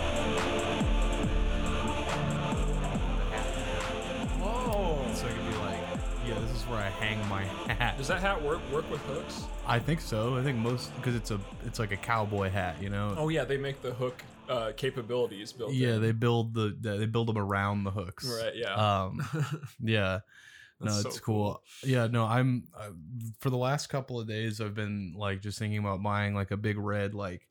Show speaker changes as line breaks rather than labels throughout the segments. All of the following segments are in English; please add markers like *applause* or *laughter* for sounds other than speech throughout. Oh. hat work work with hooks?
*laughs* I think so. I think most because it's a it's like a cowboy hat, you know.
Oh yeah, they make the hook uh, capabilities built.
yeah,
in.
they build the they build them around the hooks.
right. Yeah, *laughs*
Um. Yeah. No,
That's
it's
so
cool. Yeah, no, I'm uh, for the last couple of days I've been like just thinking about buying like a big red like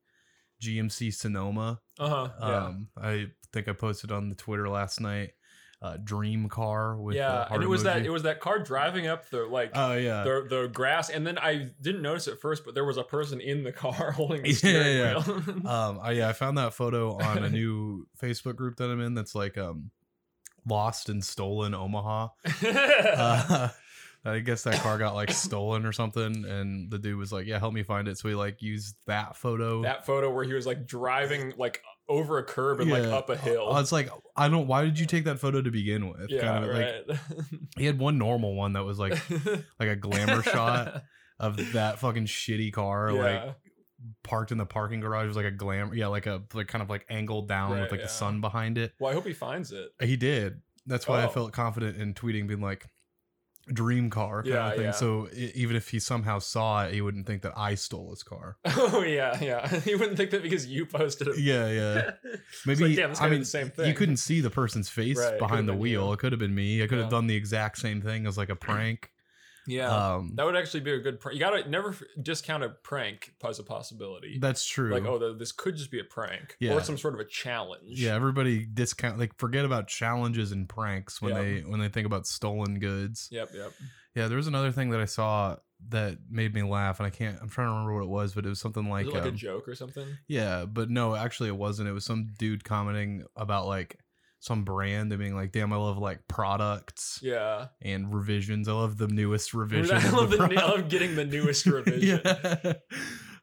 GMC Sonoma.
Uh huh. Yeah.
Um I think I posted on the Twitter last night uh dream car with
yeah,
uh,
and it was that
Heart
it was that car driving up the like
emoji. Oh yeah.
the the grass, and then I didn't notice at first, but there was a person in the car *laughs* holding the
Yeah,
steering
yeah,
wheel.
*laughs* um I, yeah i found that photo on a
*laughs*
new facebook group that i'm in that's like um lost and
*laughs*
stolen omaha uh, *laughs* i guess that car got like stolen or something and the dude was like yeah help me find it so he like used that photo
that photo where he was like driving like over a curb and like
Yeah.
up a hill.
I was like, I don't. Why did you take that photo to begin with?
yeah,
Kind of, Like
right.
he had one normal one that was like
*laughs*
like a glamour shot of that fucking shitty car, like
Yeah.
parked in the parking garage. It was like a glamour, yeah, like a like kind of like angled down
Right,
with like
yeah.
the sun behind it.
Well, I hope he finds it. *laughs*
He did. That's why
Oh.
I felt confident in tweeting, being like, "Dream car," kind
Yeah,
of thing.
yeah.
So i even if he somehow saw it, he wouldn't think that I stole
*laughs*
his car.
Oh yeah, yeah. *laughs* You wouldn't think that because you posted it.
yeah, yeah.
*laughs* It's
Maybe
like, damn, this guy
I
did
mean,
the same thing.
you couldn't see the person's face
Right, it could've
behind the
been
wheel.
you.
It could have been me. I could have
Yeah.
done the exact same thing as
*clears throat*
like a prank.
Yeah,
um,
that would actually be a good prank. You gotta never f- discount a prank as a possibility.
that's true.
Like, oh, th- this could just be a prank
Yeah.
or some sort of a challenge.
yeah, everybody discount like forget about challenges and pranks when
Yeah.
they when they think about stolen goods.
Yep. Yep.
Yeah, there was another thing that I saw that made me laugh, and I can't. I'm trying to remember what it was, but it was something
Is
like,
it like a
um,
joke or something?
yeah, but no, actually, it wasn't. It was some dude commenting about like some brand and being like, "Damn, I love like products
Yeah.
and revisions. I love the
*laughs*
newest revision.
I
of
love, the,
product." *laughs*
I love getting the newest revision.
yeah.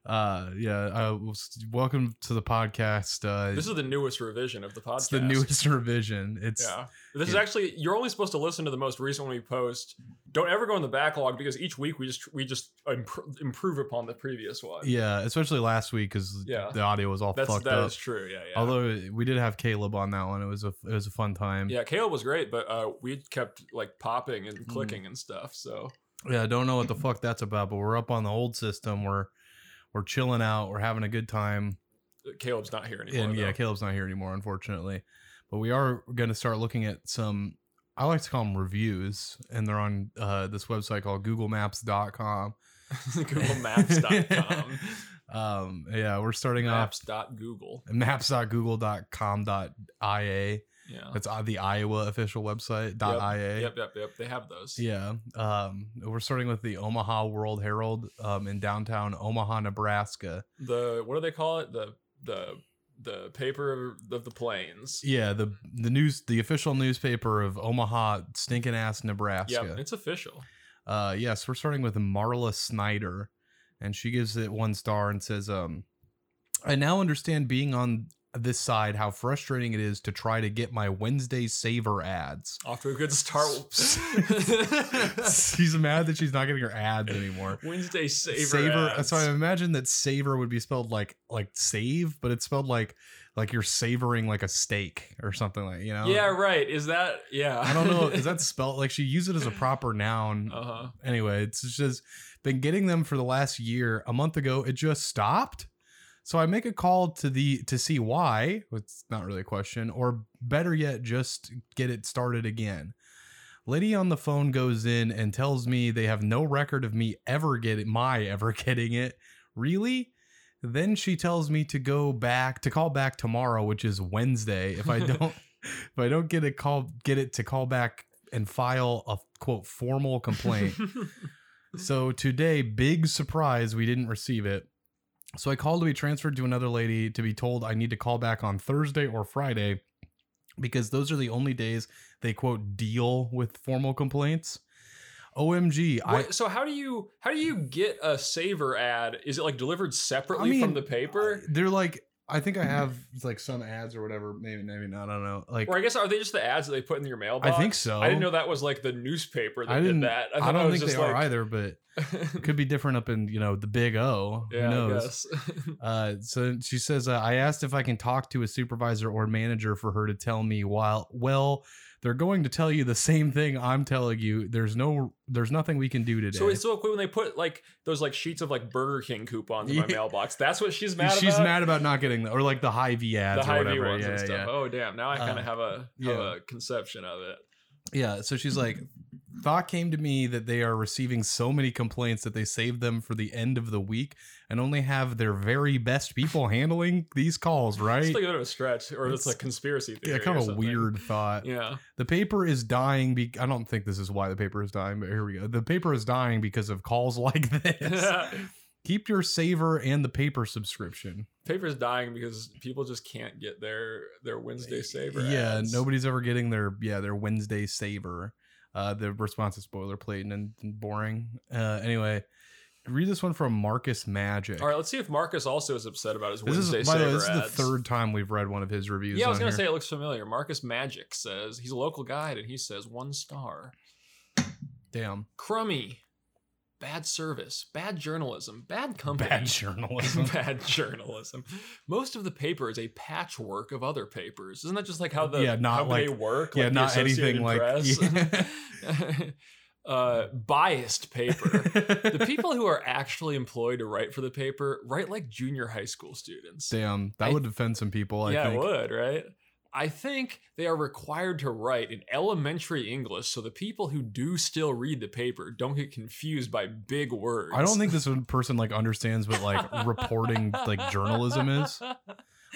Uh, yeah. Uh, well, s- welcome to the podcast. Uh,
This is the newest revision of the podcast.
it's the newest *laughs* revision. It's
Yeah. This is
Yeah.
actually you're only supposed to listen to the most recent one we post. Don't ever go in the backlog because each week we just we just impr- improve upon the previous one.
yeah, especially last week because
Yeah.
the audio was all
That's
fucked
that
up.
is true. Yeah, yeah.
Although we did have Caleb on that one, it was a it was a fun time.
yeah, Caleb was great, but uh, we kept like popping and
Mm.
clicking and stuff. So
Yeah, I don't know what the fuck that's about, but we're up on the old system. We're we're chilling out. We're having a good time.
uh, Caleb's not here anymore.
And yeah,
though.
Caleb's not here anymore, unfortunately. But we are going to start looking at some. I like to call them reviews, and they're on uh, this website called GoogleMaps.com.
*laughs*
*laughs*
googlemaps.com
um, yeah, we're starting off
maps.google
maps.google.com.ia.
yeah
That's uh, the Iowa official website. dot .ia.
yep yep yep they have those
Yeah. Um, we're starting with the Omaha World Herald um, in downtown Omaha, Nebraska.
the what do they call it the the the paper of the plains
Yeah, the the news, the official newspaper of Omaha, stinking ass
yep
Nebraska.
it's official
Uh, yes, we're starting with Marla Snyder, and she gives it one star and says, um, "I now understand being on this side how frustrating it is to try to get my Wednesday Saver ads."
off to a good start
*laughs* she's mad that she's not getting her ads anymore.
*laughs* wednesday saver, ads.
uh, So I imagine that savor would be spelled like like save, but it's spelled like like you're savoring like a steak or something like you know.
yeah right is that yeah
I don't know. Is that spelled like she used it as a proper
*laughs*
noun?
uh-huh
Anyway, it's just been getting them for the last year. A month ago, it just stopped. So I make a call to the to see why. It's not really a question, or better yet, just get it started again. Lady on the phone goes in and tells me they have no record of me ever getting my ever *laughs* getting it. Really? Then she tells me to go back to call back tomorrow, which is Wednesday. If I don't if I don't get a call get it to call back and file a quote formal complaint.
*laughs*
So today, big surprise, we didn't receive it. So I called to be transferred to another lady to be told I need to call back on Thursday or Friday because those are the only days they quote deal with formal complaints. OMG, I
What- so how do you how do you get a saver ad is it like delivered separately from
mean,
the paper
they're like I think I have like some ads or whatever, maybe maybe not, I don't know. Like
or I guess are they just the ads that they put in your mailbox?
think so.
I didn't know that was like the newspaper that
I
did
didn't-
that.
I,
thought
don't
was
think they
just
are
like-
either, but
*laughs*
it could be different up in, you know, the big O. Who
yeah, I
knows?
guess.
Uh, so she says, uh, I asked if I can talk to a supervisor or manager for her to tell me while, well, They're going to tell you the same thing I'm telling you. There's no, there's nothing we can do today.
So it's so quick when they put like those like sheets of like Burger King coupons in my
Yeah.
mailbox. That's what she's mad
She's
about.
mad about not getting the, or like the high V ads
the
or
high V
whatever.
ones
yeah,
and stuff.
yeah.
Oh damn! Now I kind
Uh,
of have a have
yeah.
a conception of it.
Yeah, so she's like, thought came to me that they are receiving so many complaints that they save them for the end of the week and only have their very best people handling these calls,
It's
right?
like a bit of a stretch, or it's,
It's-
a conspiracy theory.
yeah, kind
or
of a
something.
weird thought.
Yeah,
The paper is dying. Be- I don't think this is why the paper is dying, but here we go. The paper is dying because of calls *laughs* like this.
*laughs*
Keep your saver and the paper subscription.
paper's dying because people just can't get their their Wednesday saver.
Eh, yeah,
ads.
nobody's ever getting their yeah their Wednesday saver. Uh, the response is boilerplate and, and boring. Uh, anyway, read this one from Marcus Magic.
All right, let's see if Marcus also is upset about his
this is
Wednesday
by the way,
saver
this
ads.
is the third time we've read one of his reviews.
Yeah, I was
on
gonna say
here.
it looks familiar. Marcus Magic says he's a local guide, and he says one star.
damn
Crummy, bad service, bad journalism, bad company.
bad journalism.
*laughs*
*laughs*
bad journalism. Most of the paper is a patchwork of other papers. Isn't that just like how the
Yeah, not
how they
like-
work?
yeah,
the
not anything
Associated
like- *laughs*
Press? *laughs* uh, biased paper. the people who are actually employed to write for the paper write like junior high school students.
damn, that
I-
would offend some people. I
yeah,
think.
it would right. I think they are required to write in elementary English so the people who do still read the paper don't get confused by big words.
I
*laughs*
don't think this one person like understands what like reporting like journalism is.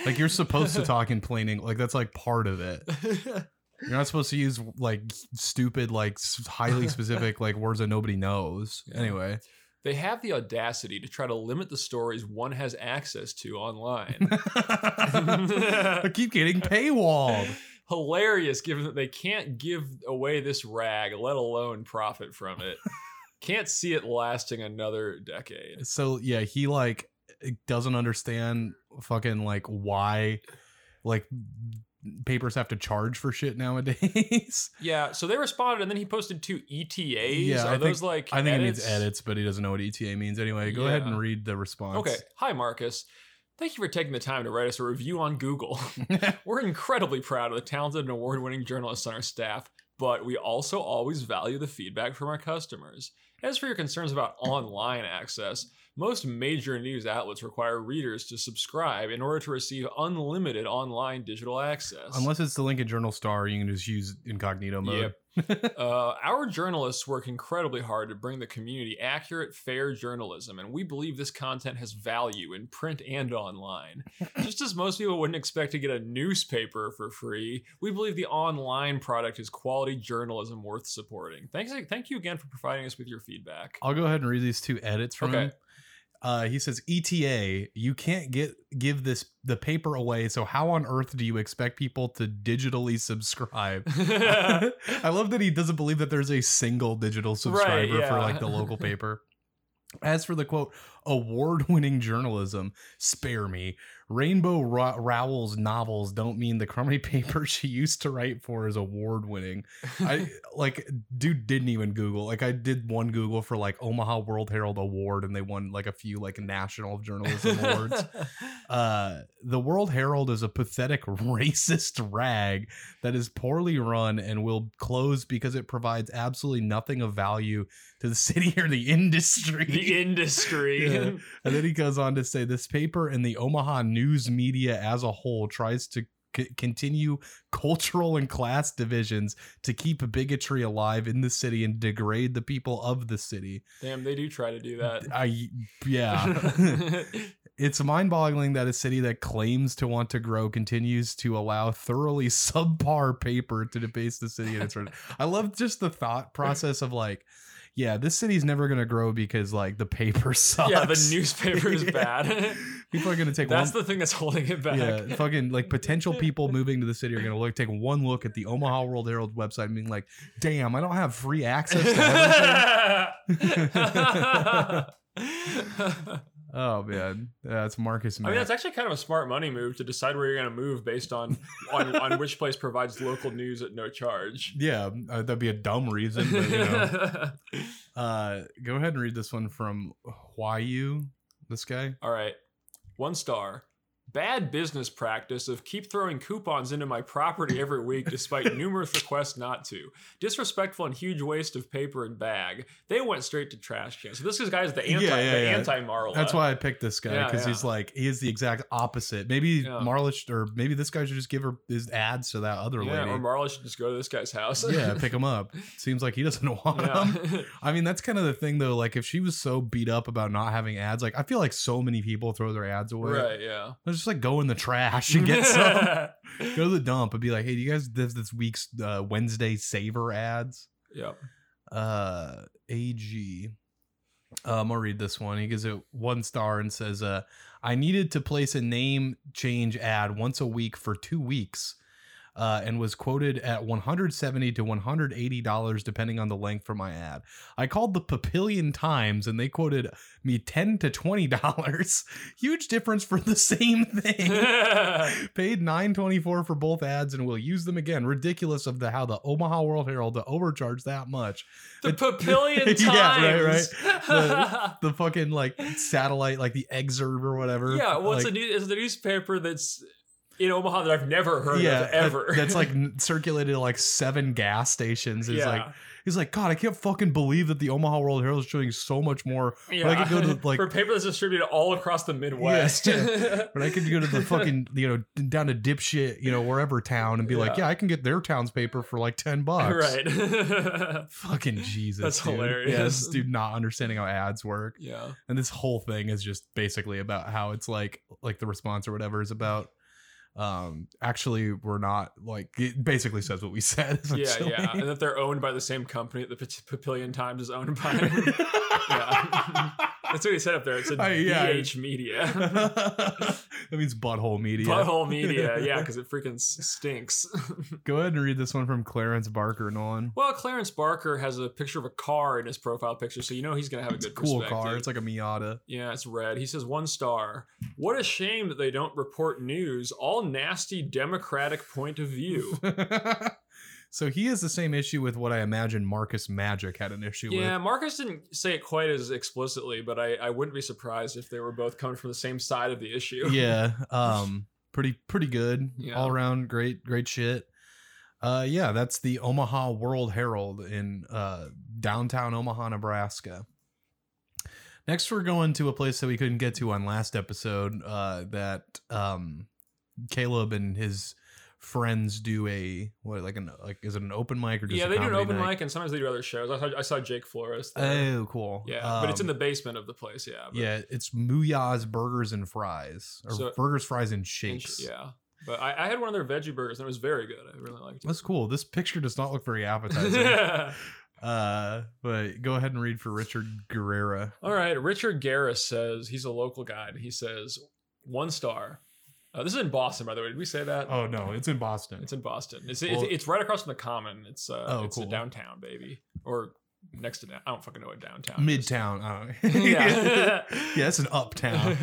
Like you're
*laughs*
supposed to talk in plain English. Like that's like part of it. You're not supposed to use like stupid, like s- highly specific, like words that nobody knows.
*laughs* Yeah.
Anyway, *laughs*
They have the audacity to try to limit the stories one has access to online.
I keep getting paywalled.
Hilarious, given that they can't give away this rag, let alone profit from *laughs* it. can't see it lasting another decade.
So yeah, he like doesn't understand fucking like why like papers have to charge for shit nowadays. *laughs*
Yeah, so they responded, and then he posted two ETAs.
Yeah,
Are
I think-
those like
I think
edits?
it needs edits, but he doesn't know what ETA means. Anyway, go ahead
Yeah.
and read the response.
Okay, hi Marcus. Thank you for taking the time to write us a review on
*laughs*
Google. *laughs* We're incredibly proud of the talented and award winning journalists on our staff, but we also always value the feedback from our customers. As for your concerns
*laughs*
about online access, most major news outlets require readers to subscribe in order to receive unlimited online digital access.
Unless it's the Lincoln Journal Star, you can just use incognito mode.
Yep. uh, our journalists work incredibly hard to bring the community accurate, fair journalism, and we believe this content has value in print and
*laughs*
online. Just as most people wouldn't expect to get a newspaper for free, we believe the online product is quality journalism worth supporting. Thanks, thank you again for providing us with your feedback.
I'll go ahead and read these two edits from
Okay.
him. Uh, he says, "ETA, you can't get give this the paper away. So how on earth do you expect people to digitally subscribe?"
*laughs*
*laughs* I love that he doesn't believe that there's a single digital subscriber for
yeah.
like the local paper. As for the quote, award winning journalism, spare me. Rainbow Ra- Rowell's novels don't mean the crummy *laughs* paper she used to write for is award winning. I like, dude didn't even Google. Like, I did one Google for like Omaha World Herald Award and they won like a few like national
*laughs*
journalism awards. Uh, the World Herald is a pathetic *laughs* racist rag that is poorly run and will close because it provides absolutely nothing of value to the *laughs* city or the industry. *laughs*
the industry.
Yeah. and then he goes on to say this paper and the Omaha news media as a whole tries to c- continue cultural and class divisions to keep bigotry alive in the city and degrade the people of the city.
Damn, they do try to do that.
I *laughs* yeah. It's mind boggling that a city that claims to want to grow continues to allow thoroughly *laughs* subpar paper to debase the city and its rep- I love just the thought process of like, yeah, this city's never going to grow because like the paper *laughs*
*laughs*
sucks.
yeah, the newspaper is
*laughs* Yeah.
bad.
People are going to take
That's
one.
the thing that's holding it back.
yeah, fucking
*laughs*
like potential people moving to the city are going to look take one look at the Omaha World Herald website and being like, damn, I don't have free access to
*laughs*
everything.
I
oh man, that's Marcus.
mean,
Mack.
that's actually kind of a smart money move to decide where you're going to move based on, on on which place provides local news at no charge.
yeah, uh, that'd be a dumb reason, but you know.
*laughs*
Uh, go ahead and read this one from Why You, this guy.
All right, one star. Bad business practice of keep throwing coupons into my property every week despite numerous requests not to. Disrespectful and huge waste of paper and bag. They went straight to trash can. So this is guys the anti
Yeah, yeah,
the
yeah.
anti Marla.
That's why I picked this guy
Oh, uh, Yeah,
because
yeah.
he's like he is the exact opposite. Maybe
Yeah.
Marla sh- or maybe this guy should just give her his ads to that other
yeah, or
lady.
Marla should just go to this guy's house. *laughs*
yeah, pick him up. Seems like he doesn't *laughs* want him.
yeah. *laughs*
I mean, that's kind of the thing though. Like if she was so beat up about not having ads, like I feel like so many people throw their ads away.
right, yeah.
They're just like go in the
*laughs*
trash and get some. go to the dump and be like, hey, do you guys this this week's uh, Wednesday saver ads? *laughs*
Yep.
uh AG. Um, I'm gonna read this one. He gives it one star and says, uh, I needed to place a name change ad once a week for two weeks. Uh, and was quoted at 170 to 180 dollars depending on the length for my ad. I called the Papillion Times and they quoted me 10 to 20 dollars. *laughs* Huge difference for the
*laughs*
same thing. Paid 9.24 for both ads and will use them again. Ridiculous of the how the Omaha World Herald to overcharge that much
the Papillion Times.
*laughs* Yeah, right,
*laughs*
the fucking like satellite, like the exurb or whatever.
yeah, well, it's, a
like,
new, it's the newspaper that's in Omaha that I've never heard of
that-
ever. *laughs*
that's like n- circulated to like seven gas stations. He's like, he's like, God, I can't fucking believe that the Omaha World Herald is showing so much more.
yeah.
I could go to, like-
for paper that's distributed all across the Midwest. *laughs*
But I could go to the fucking, you know, d- down to dipshit, you know, wherever town, and be like,
Yeah.
yeah, I can get their town's paper for like ten bucks. *laughs*
right. *laughs*
Fucking Jesus.
That's
dude. Yeah,
hilarious.
this dude not understanding how ads work.
yeah.
and this whole thing is just basically about how it's like like the response or whatever is about um actually we're not like it basically says what we said *laughs*
Yeah,
essentially.
yeah. And that they're owned by the same company that the P- Papillion Times is owned by.
*laughs*
yeah. That's what he said up there. It said
Uh, yeah.
DH Media.
*laughs* that means butthole media
Butthole
*laughs*
Media. Yeah, because it freaking s- stinks. *laughs*
go ahead and read this one from clarence barker nolan
Well, Clarence Barker has a picture of a car in his profile picture, so you know he's gonna have a
it's a
good
cool
perspective.
car it's like a miata
yeah, it's red. He says one star. What a shame that they don't report news. All nasty democratic point of
*laughs*
view.
so he has the same issue with what i imagine marcus magic had an issue
yeah,
with
Marcus didn't say it quite as explicitly, but I, I wouldn't be surprised if they were both coming from the same side of the issue. *laughs*
yeah um pretty pretty good
Yeah.
all around great great shit uh yeah that's the omaha world herald in uh downtown omaha nebraska next we're going to a place that we couldn't get to on last episode uh that um caleb and his friends do a what like an like is it an open mic or just
yeah,
a
they do an
comedy
open
night?
mic, and sometimes they do other shows. I saw, I saw Jake Flores. There.
oh cool
yeah, but it's in
Um,
the basement of the place. Yeah, but,
yeah it's Muya's burgers and fries or
So-
burgers fries and
and-
shakes
yeah. But I, I had one of their veggie burgers, and it was very good. I really liked it.
That's cool. This picture does not look very
*laughs*
appetizing.
yeah.
uh, but go ahead and read for Richard Guerrera.
All right. Richard Garris says he's a local guy, and he says one star. Uh, this is in Boston, by the way. Did we say that?
Oh no, it's in Boston.
It's in Boston. It's,
Well-
it's it's right across from the Common. It's uh,
Oh,
it's a
cool.
downtown baby or next to down. I don't fucking know what downtown. is.
Midtown. Oh.
*laughs* Yeah.
*laughs* yeah, it's an uptown.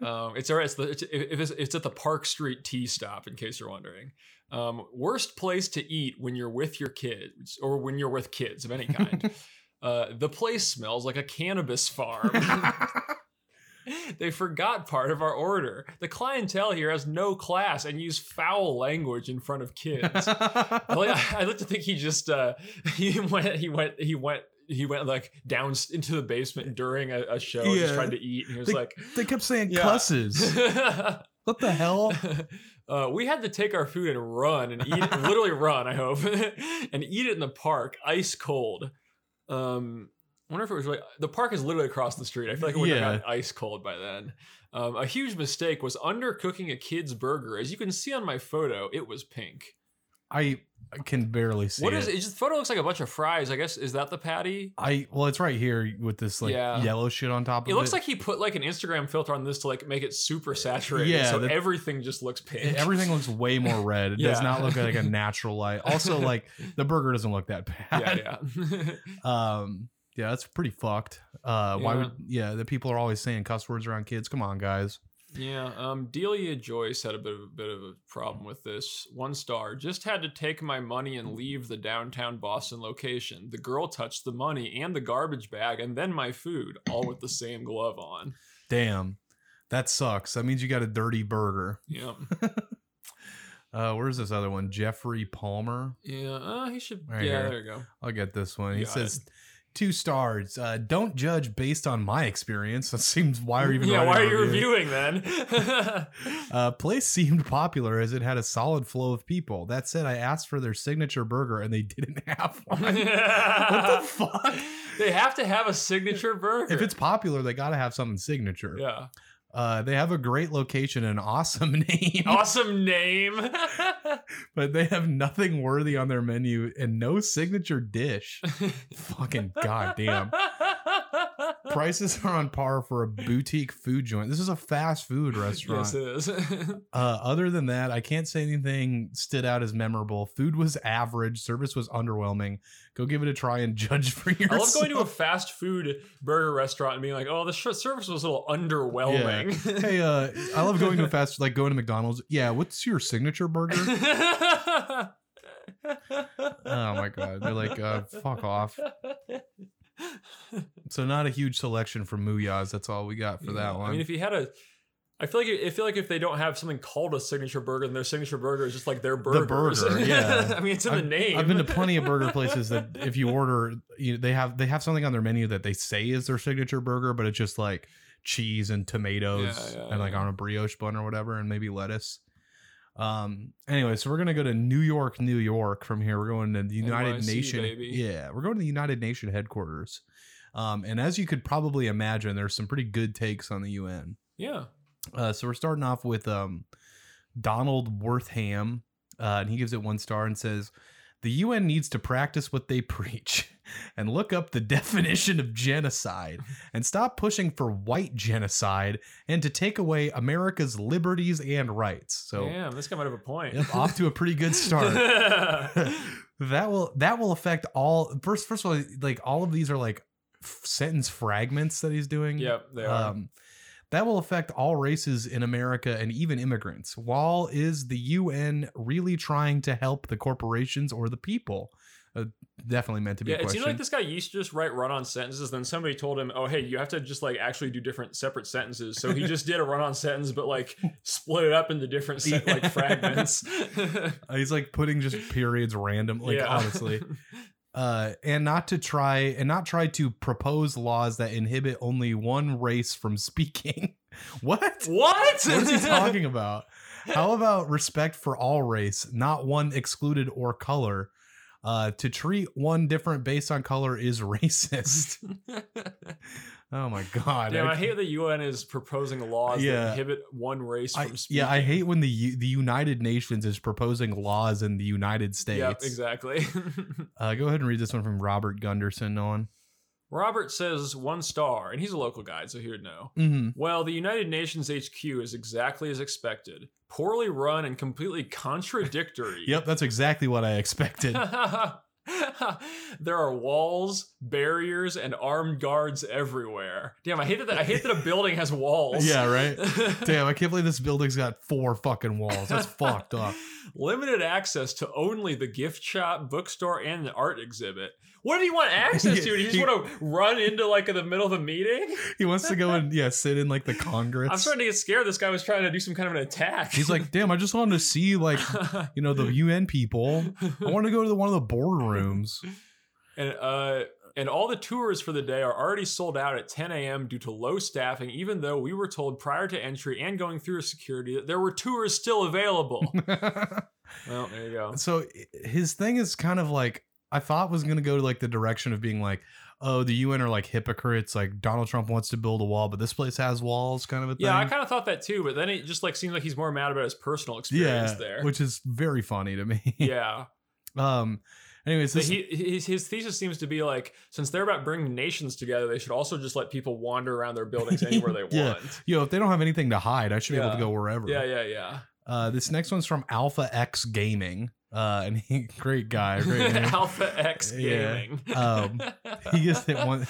Um, it's all right. It's, the, it's, if it's, it's at the Park Street Tea Stop, in case you're wondering. Um, worst place to eat when you're with your kids or when you're with kids of any kind. uh, the place smells like a cannabis farm. *laughs* they forgot part of our order. The clientele here has no class and use foul language in front of
*laughs*
kids. I *laughs* like, I like to think he just uh, *laughs* he went he went he went he went like down s- into the basement during a, a show and just
Yeah.
tried to eat and he was
They-
like
they kept saying
Yeah.
cusses.
*laughs*
What the hell?
uh, we had to take our food and run and eat
*laughs*
it, literally run i hope *laughs* and eat it in the park ice cold um I wonder if it was really the park is literally across the street i feel like it would
Yeah.
have gotten ice cold by then um, a huge mistake was undercooking a kid's burger as you can see on my photo it was pink
I I can barely see
What
it.
is it? Just photo looks like a bunch of fries. I guess is that the patty?
I well, it's right here with this like
Yeah.
yellow shit on top of it.
It looks like he put like an Instagram filter on this to like make it super saturated.
Yeah,
so
that-
everything just looks pink.
Everything looks way more red. It does
*laughs* Yeah.
not look like a natural light.
*laughs*
Also, like the burger doesn't look that bad.
*laughs* Yeah, yeah. *laughs*
Um, yeah, that's pretty fucked. Uh, why
Yeah.
would yeah? The people are always saying cuss words around kids. Come on, guys.
yeah. Um, Delia Joyce had a bit of a bit of a problem with this. One star just had to take my money and leave the downtown Boston location. The girl touched the money and the garbage bag and then my food, all with the same glove on.
Damn, That sucks. That means you got a dirty burger.
Yeah.
Uh, where's this other one? Jeffrey Palmer.
Yeah. Uh, he should.
Right
yeah,
here.
there you go.
I'll get this one. He
Got
says two stars. Uh, don't judge based on my experience. *laughs* That seems why are you even
yeah,
writing
why
a
are you
review?
reviewing
*laughs*
then?
Uh, place seemed popular as it had a solid flow of people. That said, I asked for their signature burger and they *laughs* didn't have
*laughs*
one. what the fuck?
They have to have a signature burger.
If it's popular, they gotta have something signature. *laughs*
yeah,
Uh, they have a great location and awesome *laughs* name,
Oh, awesome name.
but they have nothing worthy on their menu and no signature dish. Fucking
*laughs*
goddamn. Prices are on par for a boutique food joint. This is a fast food restaurant.
Yes, it
*laughs*
is. *laughs*
Uh, other than that, I can't say anything stood out as memorable. Food was average, service was underwhelming. Go give it a try and *laughs* judge for
I
yourself.
love going to a fast food burger restaurant and being like, "Oh, the sh- service was a little underwhelming." *laughs*
hey, uh, I love going to a fast like going to McDonald's. Yeah, what's your signature burger?
*laughs*
oh my god, they're like, uh,
*laughs*
fuck off. So not a huge selection from Muya's. That's all we got for
Yeah,
that one.
I mean, if you had a, I feel like I feel like if they don't have something called a signature burger, then their signature burger is just like their burger. *laughs*
burger, yeah.
I mean, it's in the name.
I've been to plenty of
*laughs*
burger places that if you order, you, they have they have something on their menu that they say is their signature burger, but it's just like cheese and tomatoes
Yeah, yeah,
and like
yeah.
on a brioche bun or whatever, and maybe lettuce. Um. Anyway, so we're gonna go to New York, New York. From here, we're going to the United
NYC,
Nation.
baby.
Yeah, we're going to the United Nation headquarters. Um, and as you could probably imagine, there's some pretty good takes on the UN.
yeah.
Uh, so we're starting off with um, Donald Wortham, uh, and he gives it one star and says, "The UN needs to practice what they *laughs* preach, and look up the definition of genocide, and stop pushing for white genocide, and to take away America's liberties and rights." So
Damn, this guy might have a point.
yep, off to a pretty good start that will that will affect all first first of all like all of these are like f- sentence fragments that he's
*laughs*
doing
yep, they are.
*laughs* um, that will affect all races in america and even immigrants while is the un really trying to help the corporations or the people uh, definitely meant to be
yeah,
a
it
question
seemed like this guy used to just write run-on sentences. Then somebody told him, "Oh, hey, you have to just like actually do different separate sentences." So he just did a run-on sentence, but like split it up into different set,
Yeah.
like
*laughs*
fragments.
Uh, he's like putting just periods random like
Yeah. *laughs*
honestly uh, and not to try and not try to propose laws that inhibit only one race from *laughs* speaking what
what?
What is he
*laughs*
talking about? How about respect for all race, not one excluded or color? Uh, to treat one different based on color
*laughs*
is *laughs* racist. oh my god!
Damn,
I-
I hate the UN is proposing laws
Yeah.
that inhibit one race
I-
from speaking.
yeah, I hate when the U- the United Nations is proposing laws in the United States.
Yep, exactly. *laughs*
Uh, go ahead and read this one from Robert Gunderson. On
Robert says one star, and he's a local guide, so he would know.
mm-hmm.
Well, the United Nations HQ is exactly as expected. Poorly run and completely contradictory.
*laughs* Yep, that's exactly what
*laughs*
I expected.
there are walls, barriers, and armed guards everywhere. Damn, I hate that. I hate that a building has walls.
yeah, right. Damn, I can't believe this building's got four fucking walls. That's fucked up.
*laughs* Limited access to only the gift shop, bookstore, and the art exhibit. What do you want access to? Do you just
He-
want to run into like in the middle of a meeting?
He wants to go and yeah, sit in like the Congress.
I'm starting to get scared. This guy was trying to do some kind of an attack.
He's
*laughs*
like, damn, I just wanted to see like you know the UN people. I want to go to the, one of the boardrooms. *laughs*
and uh, and all the tours for the day are already sold out at 10 a.m. due to low staffing. Even though we were told prior to entry and going through security that there were tours still available.
*laughs*
well, there you go.
so his thing is kind of like I thought was going to go to like the direction of being like, oh, the UN are like hypocrites. Like Donald Trump wants to build a wall, but this place has walls, kind of a thing.
Yeah, I kind of thought that too, but then it just like seems like he's more mad about his personal experience
yeah,
there.
which *laughs* is very funny to me.
yeah.
*laughs* Um. Anyways,
But
this,
he, his, his thesis seems to be like, since they're about bringing nations together, they should also just let people wander around their buildings
*laughs*
anywhere they
Yeah.
want.
yo, if they don't have anything to hide, I should be able
Yeah.
to go wherever.
Yeah, yeah, yeah.
Uh, this next one's from Alpha X Gaming. Uh, and *laughs* he, great
*laughs*
guy, great name.
Alpha X
Yeah.
Gaming.
Um, he gives
*laughs*
it one-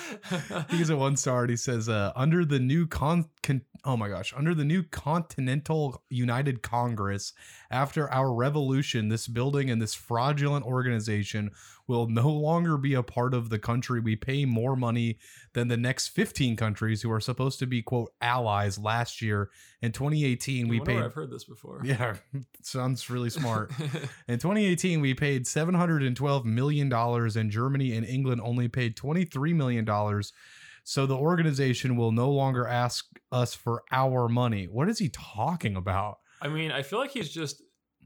he gives it one star and he says, uh, under the new con, con oh my gosh, under the new Continental United Congress, after our revolution, this building and this fraudulent organization will no longer be a part of the country. We pay more money than the next 15 countries who are supposed to be quote allies last year. In 2018,
I
we
wonder where
paid
I've heard this before.
yeah, *laughs* sounds really smart. In 2018, we paid $712 million, and Germany and England only paid $23 million. So the organization will no longer ask us for our money. What is he talking about?
*laughs* I mean, I feel like he's just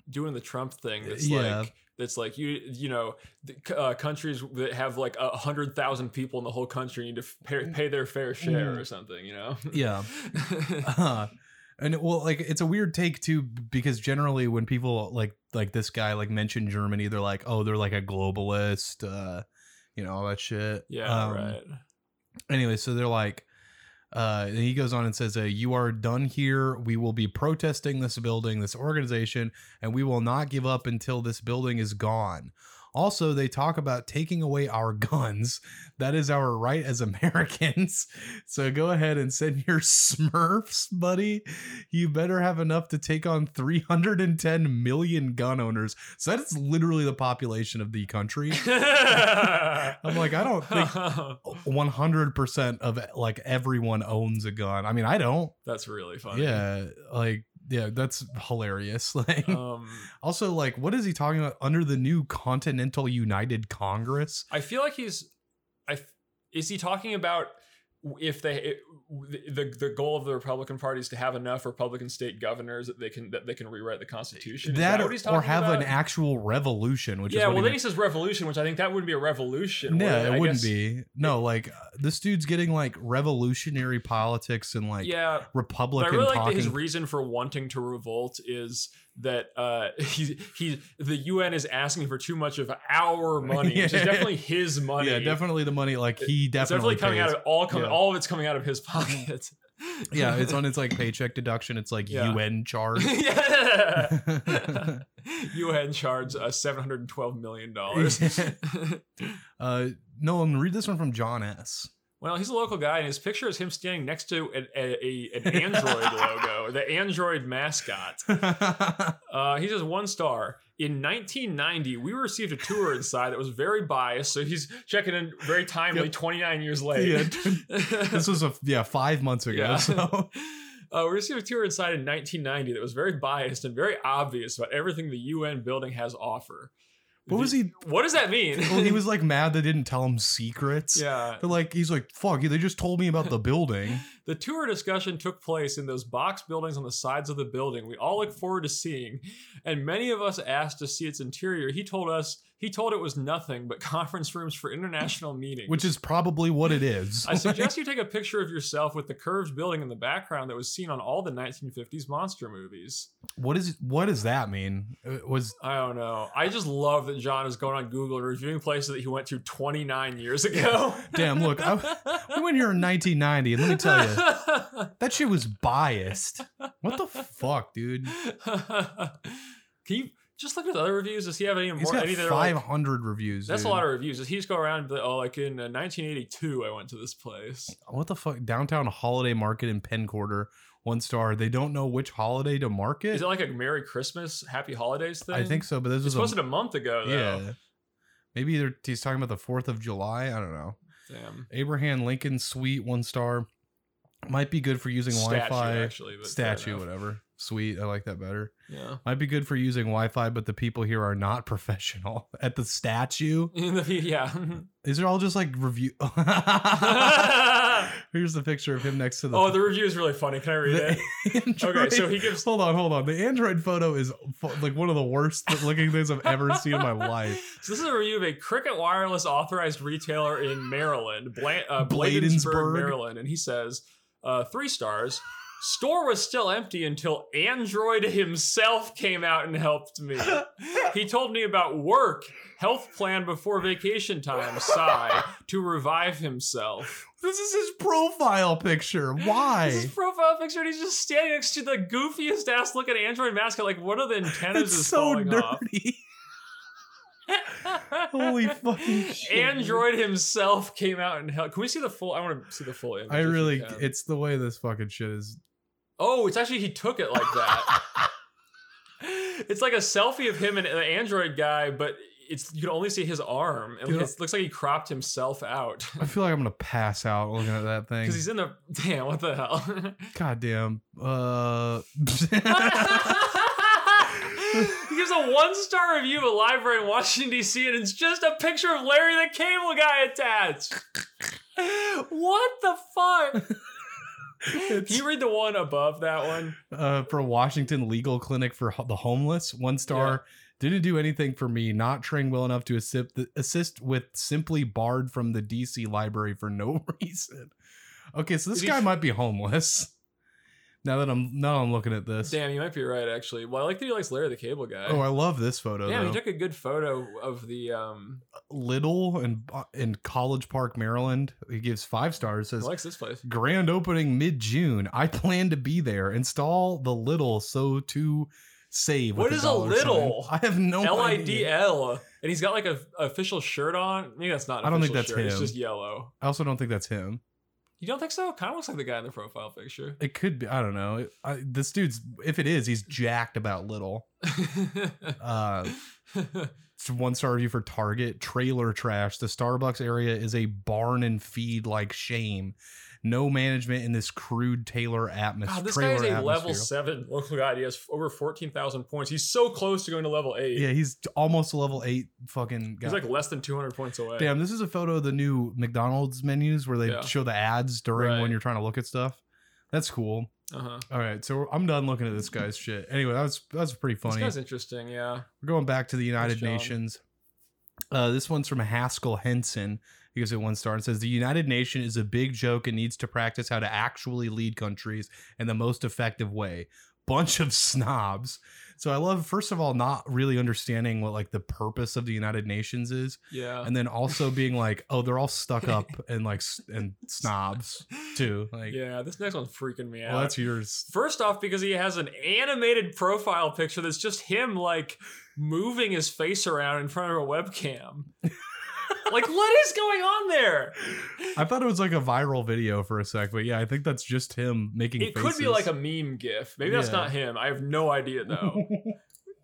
doing the Trump thing. That's
Yeah.
like that's like you you know the c- uh, countries that have like a hundred thousand people in the whole country need to f- pay, pay their fair share or something. You know.
Mm.
*laughs*
Yeah. Uh, *laughs* and it, well, like it's a weird take too, because generally when people like like this guy like mention Germany, they're like, oh, they're like a globalist, uh, you know, all that shit.
yeah.
Um, *laughs*
right. *laughs*
anyway so they're like uh and he goes on and says uh, you are done here we will be protesting this building this organization and we will not give up until this building is gone also they talk about taking away our *laughs* guns that is our right as *laughs* americans so go ahead and send your smurfs buddy you better have enough to take on 310 million gun owners so that's literally the population of the country
I'm
like,
*laughs*
I don't think- 100% of like everyone owns a gun. I mean, I don't.
that's really funny.
Yeah, like yeah, that's hilarious. *laughs* Like
Um,
also like what is he talking about under the new Continental United Congress?
I feel like he's. I f- is he talking about if they it, the the goal of the Republican Party is to have enough Republican state governors that they can that they can rewrite the Constitution. Is that, what he's talking
or have
about?
an actual revolution, which
yeah,
is what
well,
he
then he says revolution, which I think that wouldn't be a revolution.
meant.
would
yeah, it
I
wouldn't
guess-
be. No, like uh, this dude's getting like revolutionary politics and like
yeah, but I
Republican
really like that
talking.
his reason for wanting to revolt is that uh, *laughs* he he the UN is asking for too much of
*laughs*
our money, which
Yeah.
is definitely his money.
yeah, definitely the money. Like he
It's
definitely
definitely coming
pays.
out of all coming
Yeah.
all of it's coming out of his *laughs* pocket. *laughs*
yeah, it's on its like paycheck deduction. It's like
Yeah.
UN
*laughs*
charge.
yeah.
*laughs*
UN charged us seven hundred and twelve million dollars.
*laughs* Uh, Nolan, read this one from John S.
*laughs* well, he's a local guy, and his picture is him standing next to an, a, a, an Android logo, the Android mascot. Uh, he says one star. In 1990, we received a tour inside that was very biased, so he's checking in very timely,
Yep.
29 years
*laughs*
late. *laughs*
this was a yeah five months ago.
Yeah. *laughs*
So
Uh, we received a tour inside in 1990 that was very biased and very obvious about everything the UN building has offer.
what was he?
What does that mean?
Well, he was like mad they didn't tell him *laughs* secrets.
yeah.
They're like he's like fuck. They just told me about the
*laughs*
building.
The tour discussion took place in those box buildings on the sides of the building. We all look forward to seeing, and many of us asked to see its interior. He told us he told it was nothing but *laughs* conference rooms for international meetings.
Which is probably what it is. *laughs*
I suggest you take a picture of yourself with the curved building in the background that was seen on all the 1950s monster movies.
What is what does that mean? It was
I don't know. I just love that John is going on Google and reviewing places that he went to 29 years ago.
damn. Look,
*laughs*
I, we went here in 1990, and let me tell you that shit was biased. What the fuck,
*laughs*
dude?
Can you just look at the other reviews? Does he have any
He's
more?
got
Any that are like,
500 reviews.
that's a
dude.
lot of reviews. Does he just go around and be like, oh, like in uh, 1982, I went to this place.
what the fuck downtown holiday market in penn quarter one star they don't know which holiday to market
Is it like a Merry Christmas, Happy Holidays thing?
i think so but this
It's
was a,
posted a month ago, though.
yeah maybe they're, he's talking about the fourth of july i don't know
Damn.
abraham lincoln suite one star might be good for using wi-fi
actually, but fair
statue
enough.
whatever sweet i like that better
Yeah.
might be good for using wi-fi but the people here are not *laughs* professional at the statue
In the-
*laughs*
yeah. *laughs*
is it all just like review *laughs* here's the picture of him next to the
oh, the review is really funny. Can I read
The
it?
*laughs*
Okay, so he gives.
Hold on, hold on. The Android photo is fu- like one of the worst looking things I've ever seen in my life.
*laughs* So this is a review of a Cricket Wireless authorized retailer in Maryland, Bla-
*laughs*
uh,
Bladensburg.
Bladensburg, Maryland, and he says uh, three stars. Store was still empty until Android *laughs* himself came out and helped
*laughs*
me. He told me about work, health plan before vacation time, sigh, to revive himself.
This is his profile picture. Why?
This is his profile picture, and he's just standing next to the goofiest ass looking Android mascot. Like, what are the antennas
It's
is
so
falling off? *laughs*
dirty. *laughs*
*laughs*
Holy fucking shit.
Android himself came out and helped. Can we see the full? I want to see the full image.
I
if we
really,
can.
it's the way this fucking shit is.
oh, it's actually he took it like
*laughs*
that. it's like a selfie of him and the Android guy, but it's you can only see his arm. It
Dude,
looks- looks like he cropped himself out *laughs*
I feel like I'm gonna pass out looking at that thing.
because he's in the *laughs* damn. What the hell? *laughs*
Goddamn. Uh. *laughs*
he gives a one star review of a library in Washington, D.C., and it's just a picture of Larry the Cable Guy attached. what the fuck? Can
it's,
you read the one above that one?
uh, for Washington Legal Clinic for ho- the Homeless, one star. Didn't do anything for me. Not trained well enough to assist, assist with simply barred from the DC library for no *laughs* reason. Okay, so this
Did he
guy
f-
might be homeless. Now that I'm now I'm looking at this.
Damn, you might be right, actually. Well, I like that he likes Larry the Cable Guy.
Oh, I love this photo.
Damn,
though.
he took a good photo of the. um
Little and uh, in College Park, Maryland. He gives five stars.
He
Says
likes this place.
grand opening mid June. I plan to be there. Install the little so to save. with
What is a
dollar
little?
sign. I have no
L I D
idea.
L, and he's got like a official shirt on. Maybe that's not. An
I don't think
official
that's
shirt. It's
him.
just yellow.
I also don't think that's him.
You don't think so? Kind of looks like the guy in the profile picture. *laughs*
It could be. I don't know. It- I, this dude's. If it is, he's jacked about little. Uh, it's one star review for Target trailer trash. The Starbucks area is a barn and feed like shame. No management in this crude Taylor atmos-
God, this guy
trailer
is a
atmosphere.
level seven local guy. He has f- over fourteen thousand points. He's so close to going to level eight.
Yeah, he's almost a level eight fucking guy.
He's like less than two hundred points away.
Damn, this is a photo of the new McDonald's menus where they
Yeah.
show the ads during
Right.
when you're trying to look at stuff. That's cool.
Uh-huh.
All right, so I'm done looking at this guy's shit. Anyway, that was that's pretty
This
funny.
guy's interesting. Yeah.
We're going back to the United
job.
Nations. Uh, this one's from Haskell Henson. He gives it one star and says the United Nation is a big joke and needs to practice how to actually lead countries in the most effective way. Bunch of snobs. So I love first of all not really understanding what like the purpose of the United Nations is
Yeah.
and then also being like, oh, they're all stuck up and like s- and snobs too. Like,
yeah. This next one's freaking me out.
well, that's yours.
First off, because he has an animated profile picture that's just him like moving his face around in front of a
*laughs*
webcam. like, what is going on there?
I thought it was like a viral video for a sec, but yeah, I think that's just him making.
It could be like a meme gif. Maybe that's
Yeah.
not him. I have no idea *laughs* though.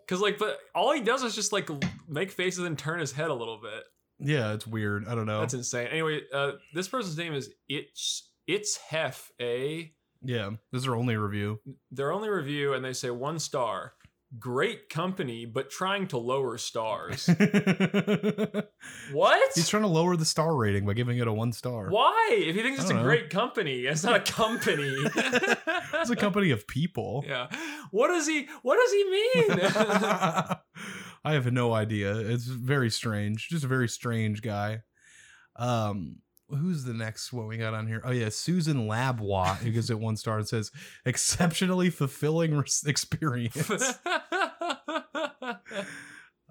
Cause like, but all he does is just like l- make faces and turn his head a little bit.
yeah, it's weird. I don't know.
That's insane. Anyway, uh, this person's name is It's It's Hef A.
yeah, this is our
*laughs*
only review.
Their only review, and they say one star. Great company, but trying to lower
*laughs*
stars. what?
He's trying to lower the star rating by giving it a one star.
Why? If he thinks it's
I
a
don't know.
great company, it's
*laughs*
not a company.
It's a company of people.
*laughs* yeah. What does he? What does he mean?
*laughs* I have no idea. It's very strange. Just a very strange guy. Um, who's the next one we got on here? Oh yeah, Susan Labwa. who gives it one star and says exceptionally fulfilling res-
*laughs*
*laughs* experience.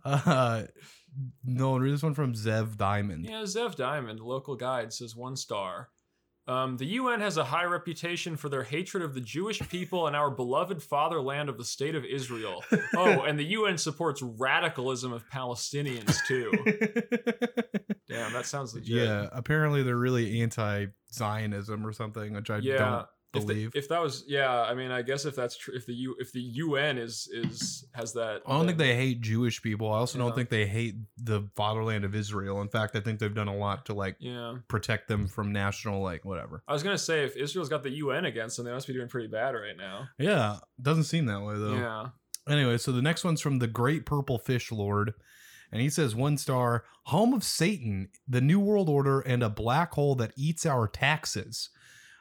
uh, Nolan, read this one from Zev Diamond.
Yeah, Zev Diamond, local guide, says one star. Um, the UN has a high reputation for their hatred of the Jewish people and our beloved fatherland of the state of
*laughs*
Israel. Oh, and the UN supports radicalism of Palestinians too. Damn, that sounds legit.
*laughs* yeah, apparently they're really anti-Zionism or something, which I
Yeah,
don't
If, the-
believe.
if that was, yeah, I mean, I guess if that's true, if the U, if the UN is is has that,
I don't
then-
think they hate Jewish people. I also
Yeah.
don't think they hate the fatherland of Israel. In fact, I think they've done a lot to like
Yeah,
protect them from national like whatever.
I was gonna say if Israel's got the UN against them, they must be doing pretty bad right now.
Yeah, doesn't seem that way though.
Yeah,
Anyway, so the next one's from the Great Purple Fish Lord, and he says one star, home of Satan, the New World Order, and a black hole that eats our taxes.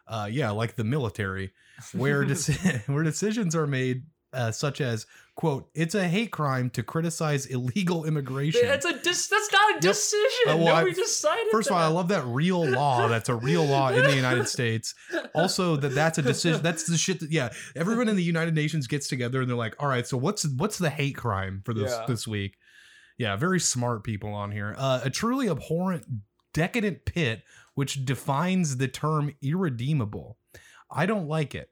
Uh, yeah, like the military.
*laughs*
where deci- *laughs* where decisions are made uh, such as quote it's a hate crime to criticize illegal immigration
That's a dis- that's not a decision.
Uh, well, I-
Nobody decided.
first of all i
that.
love that real law that's a real law in the
*laughs*
united states also that that's a decision that's the shit that, yeah everyone in the united nations gets together and they're like all right so what's what's the hate crime for this
Yeah.
this week yeah very smart people on here uh, a truly abhorrent decadent pit which defines the term irredeemable i don't like it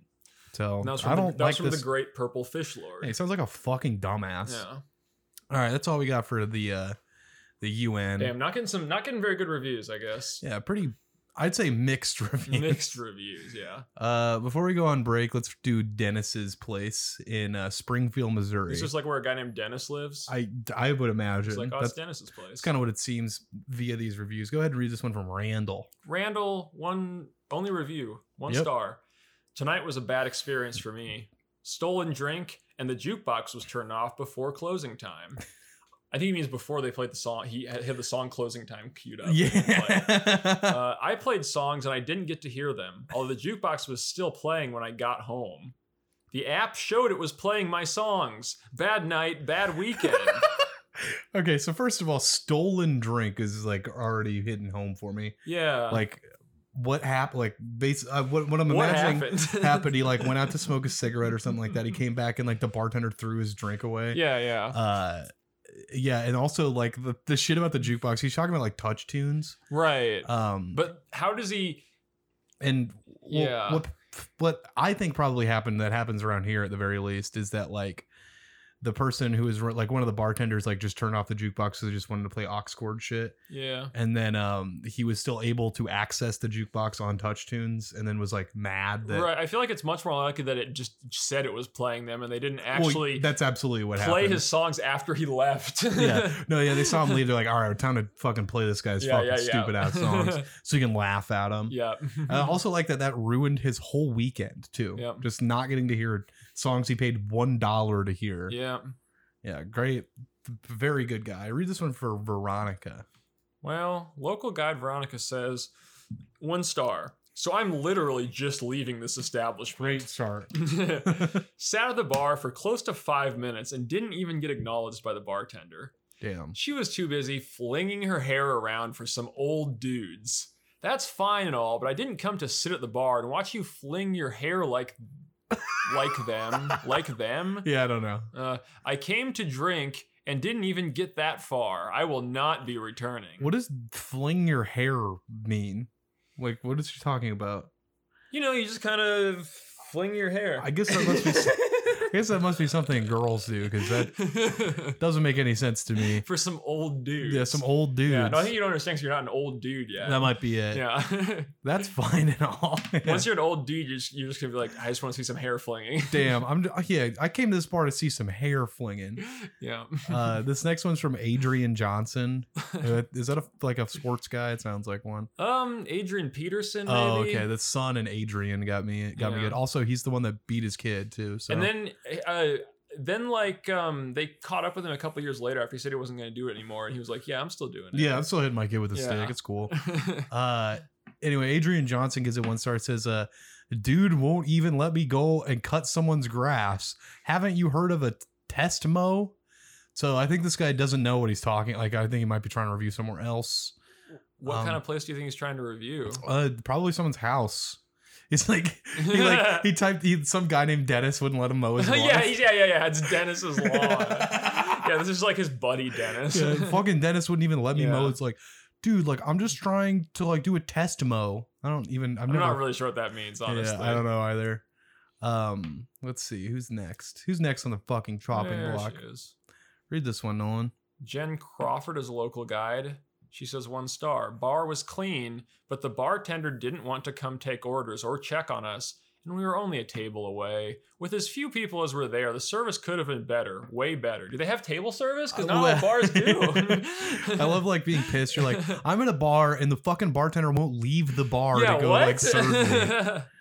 so
And That was from,
i
the,
don't
that was
like
from the
this
Great Purple Fish Lord.
Hey, sounds like a fucking dumbass.
yeah.
All right, that's all we got for the uh the UN.
Damn, not getting some, not getting very good reviews, I guess.
Yeah, *laughs* pretty. I'd say mixed *laughs* reviews.
Mixed reviews, yeah.
Uh, before we go on break, let's do Dennis's place in uh, Springfield, Missouri.
It's just like where a guy named Dennis lives.
I I would imagine
it's like, oh,
that's,
it's Dennis's place.
that's kind of what it seems via these reviews. Go ahead and read this one from Randall.
Randall, one only review, one
Yep.
star. Tonight was a bad experience for me. Stolen drink and the jukebox was turned off before closing time. I think he means before they played the song. He had had the song closing time queued up.
*laughs* Yeah.
Uh, I played songs and I didn't get to hear them, although the jukebox was still playing when I got home. The app showed it was playing my songs. Bad night, bad
*laughs*
weekend.
*laughs* okay, so first of all, stolen drink is like already hitting home for me.
Yeah.
Like what happened? Like base uh, what what I'm
what
imagining
happened?
*laughs* happened.
*laughs*
He like went out to smoke a cigarette or something like that. He came back and like the bartender threw his drink away.
yeah, yeah.
Uh, yeah, and also like the, the shit about the jukebox. He's talking about like touch tunes.
Right.
Um,
But how does he?
and wh-
Yeah.
what what I think probably happened that happens around here at the very least is that like the person who is re- like one of the bartenders like just turned off the jukebox because they just wanted to play aux chord shit,
Yeah.
and then um he was still able to access the jukebox on touch tunes, and then was like mad that
right. I feel like it's much more likely that it just said it was playing them and they didn't
Well,
actually
that's absolutely what
play
happened.
his songs after he left.
yeah,
*laughs*
no, yeah, they saw him leave. They're like, all right, time to fucking play this guy's
Yeah,
fucking
yeah, yeah.
stupid
*laughs*
ass songs Uh, so you can laugh at him.
yeah. *laughs*
I also like that that ruined his whole weekend too.
Mm-hmm. Yep.
Just not getting to hear songs he paid one dollar to hear.
yeah.
Yeah, great, very good guy. Read this one for Veronica.
Well, local guide Veronica says one star. So I'm literally just leaving this establishment. *laughs*
start.
Sat at the bar for close to five minutes and didn't even get acknowledged by the bartender.
Damn.
She was too busy flinging her hair around for some old dudes. That's fine and all, but I didn't come to sit at the bar and watch you fling your hair like like them, like them.
Yeah, I don't know.
Uh, I came to drink and didn't even get that far. I will not be returning.
What does fling your hair mean? Like, what is she talking about?
You know, you just kind of fling your hair.
I guess that
*laughs*
must be. I guess that must be something girls do because that doesn't make any sense to me.
*laughs* for some old dude.
Yeah, some old dudes.
Yeah, no, I think you don't understand because you're not an old dude yet.
that might be it.
yeah. *laughs*
That's *laughs* fine and all. Yeah.
Once you're an old dude, you're just, you're just gonna be like, I just want to see some hair flinging. *laughs*
Damn, I'm yeah. I came to this bar to see some hair flinging.
yeah.
Uh, this next one's from
*laughs*
Adrian Johnson. Uh, is that a, like a sports guy? It sounds like one.
Um, Adrian Peterson. Maybe.
Oh, okay. The son and Adrian got me got me
Yeah.
good. Also, he's the one that beat his kid too. So
And then, uh, then like, um, they caught up with him a couple years later after he said he wasn't gonna do it anymore, and he was like, Yeah, I'm still doing it.
yeah, I'm still hitting my kid with a
Yeah.
stick. It's cool. Uh, anyway, Adrian Johnson gives it one star. It says, "Uh, dude won't even let me go and cut someone's grass. Haven't you heard of a test mo?" So I think this guy doesn't know what he's talking. Like I think he might be trying to review somewhere else.
*laughs* what
Um,
kind of place do you think he's trying to review?
Uh, probably someone's house. It's like *laughs* he
*laughs*
like he typed he, some guy named Dennis wouldn't let him mow his lawn.
yeah, he's- yeah, yeah, yeah. It's Dennis's
*laughs*
lawn. yeah, this is like his buddy Dennis. *laughs*
Yeah, fucking Dennis wouldn't even let me mow.
Yeah.
It's like, dude, like I'm just trying to like do a test mow. I don't even. I've
I'm
never.
not really sure what that means, honestly.
Yeah, I don't know either. Um, let's see who's next. Who's next on the fucking chopping
There
block?
she is.
Read this
*laughs*
one, Nolan.
Jen Crawford is a local guide. She says one star. Bar was clean, but the bartender didn't want to come take orders or check on us, and we were only a table away. With as few people as were there, the service could have been better, way better. Do they have table service? Because
I
not all
love-
bars do.
*laughs* I
*laughs*
love like being pissed. You're like, I'm at a bar and the fucking bartender won't leave the bar
yeah,
to go
what?
like serve me.
*laughs*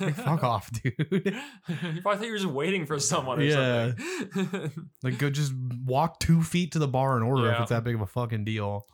Like, fuck off, dude. *laughs*
you probably thought you were just waiting for someone or
Yeah.
something. *laughs*
Like, go just walk two feet to the bar and order if
Yeah.
it's that big of a fucking deal.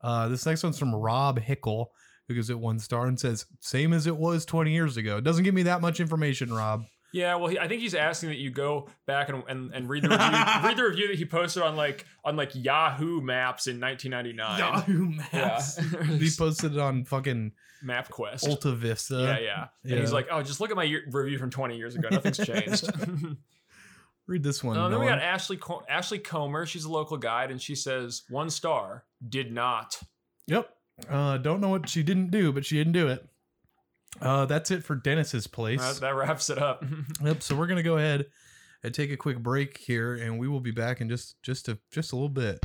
Uh, this next one's from Rob Hickle, who gives it one star and says, "Same as it was 20 years ago." It doesn't give me that much information, Rob.
Yeah, well, he, I think he's asking that you go back and, and, and read the
*laughs*
review, read the review that he posted on like on like Yahoo Maps in 1999. Yeah, *laughs*
he posted it on fucking
MapQuest.
Ulta Vista.
yeah, yeah, And
yeah.
he's like, oh, just look at my year, review from 20 years ago. Nothing's changed. *laughs* um,
Read this *laughs* one.
"Oh, then we
Noah.
got Ashley Co- Ashley Comer. She's a local guide, and she says one star. Did not.
Yep. Uh, don't know what she didn't do, but she didn't do it. Uh, that's it for Dennis's place.
That, that wraps it up. *laughs*
Yep. So we're gonna go ahead and take a quick break here, and we will be back in just just a just a little bit.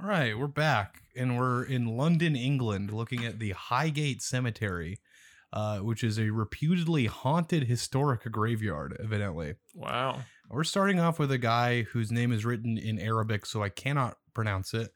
right, we're back and we're in London, England, looking at the Highgate Cemetery, uh, which is a reputedly haunted historic graveyard, evidently.
Wow.
We're starting off with a guy whose name is written in Arabic, so I cannot pronounce it.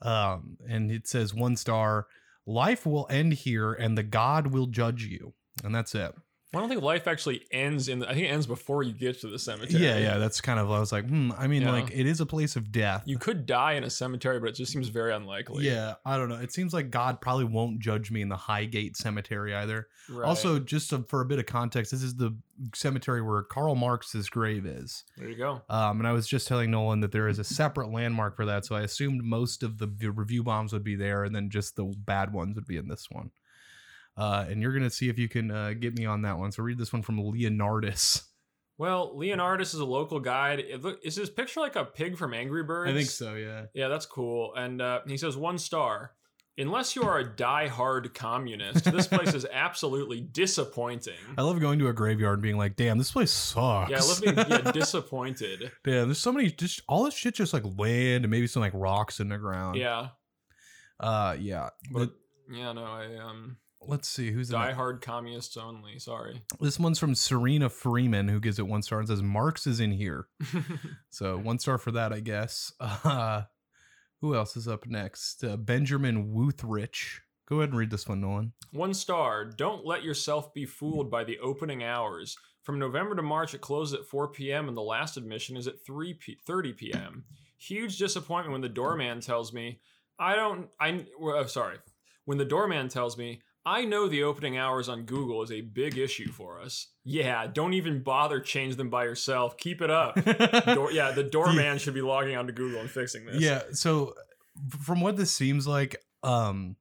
Um, and it says one star, life will end here and the God will judge you. And that's it.
Well, I don't think life actually ends in. The, I think it ends before you get to the cemetery.
Yeah, yeah, that's kind of, I was like, hmm, I mean,
Yeah.
like, it is a place of death.
You could die in a cemetery, but it just seems very unlikely.
yeah, I don't know. It seems like God probably won't judge me in the Highgate Cemetery either.
Right.
Also, just to, for a bit of context, this is the cemetery where Karl Marx's grave is.
there you go.
Um, and I was just telling Nolan that there is a separate landmark for that, so I assumed most of the v- review bombs would be there, and then just the bad ones would be in this one. Uh, and you're gonna see if you can uh, get me on that one. So read this one from Leonardus.
Well, Leonardus is a local guide. It look, is his picture like a pig from Angry Birds?
so, yeah.
Yeah, that's cool. And uh, he says one star. Unless you are a die-hard communist,
*laughs*
this place is absolutely disappointing.
I love going to a graveyard and being like, "Damn, this place sucks."
Yeah, I love being yeah, disappointed.
*laughs* Damn, there's so many just all this shit, just like land and maybe some like rocks in the ground.
Yeah,
uh, yeah.
but yeah, no, I um,
Let's see who's in that?
die-hard communists only. Sorry. *laughs*
This one's from Serena Freeman, who gives it one star and says Marx is in here. So one star for that, I guess. *laughs* Uh, who else is up next? Uh, Benjamin Wuthrich. Go ahead and read this one, Nolan.
One star. Don't let yourself be fooled by the opening hours. From November to March, it closes at 4 p.m. and the last admission is at 3 p- 30 p.m. Huge disappointment when the doorman tells me, "I don't." I well, oh, sorry. When the doorman tells me, "I know the opening hours on Google is a big issue for us." Yeah, don't even bother change them by yourself. Keep it up. *laughs* Door, yeah,
*laughs*
the doorman should be logging onto Google and fixing this.
yeah. So from what this seems like, um,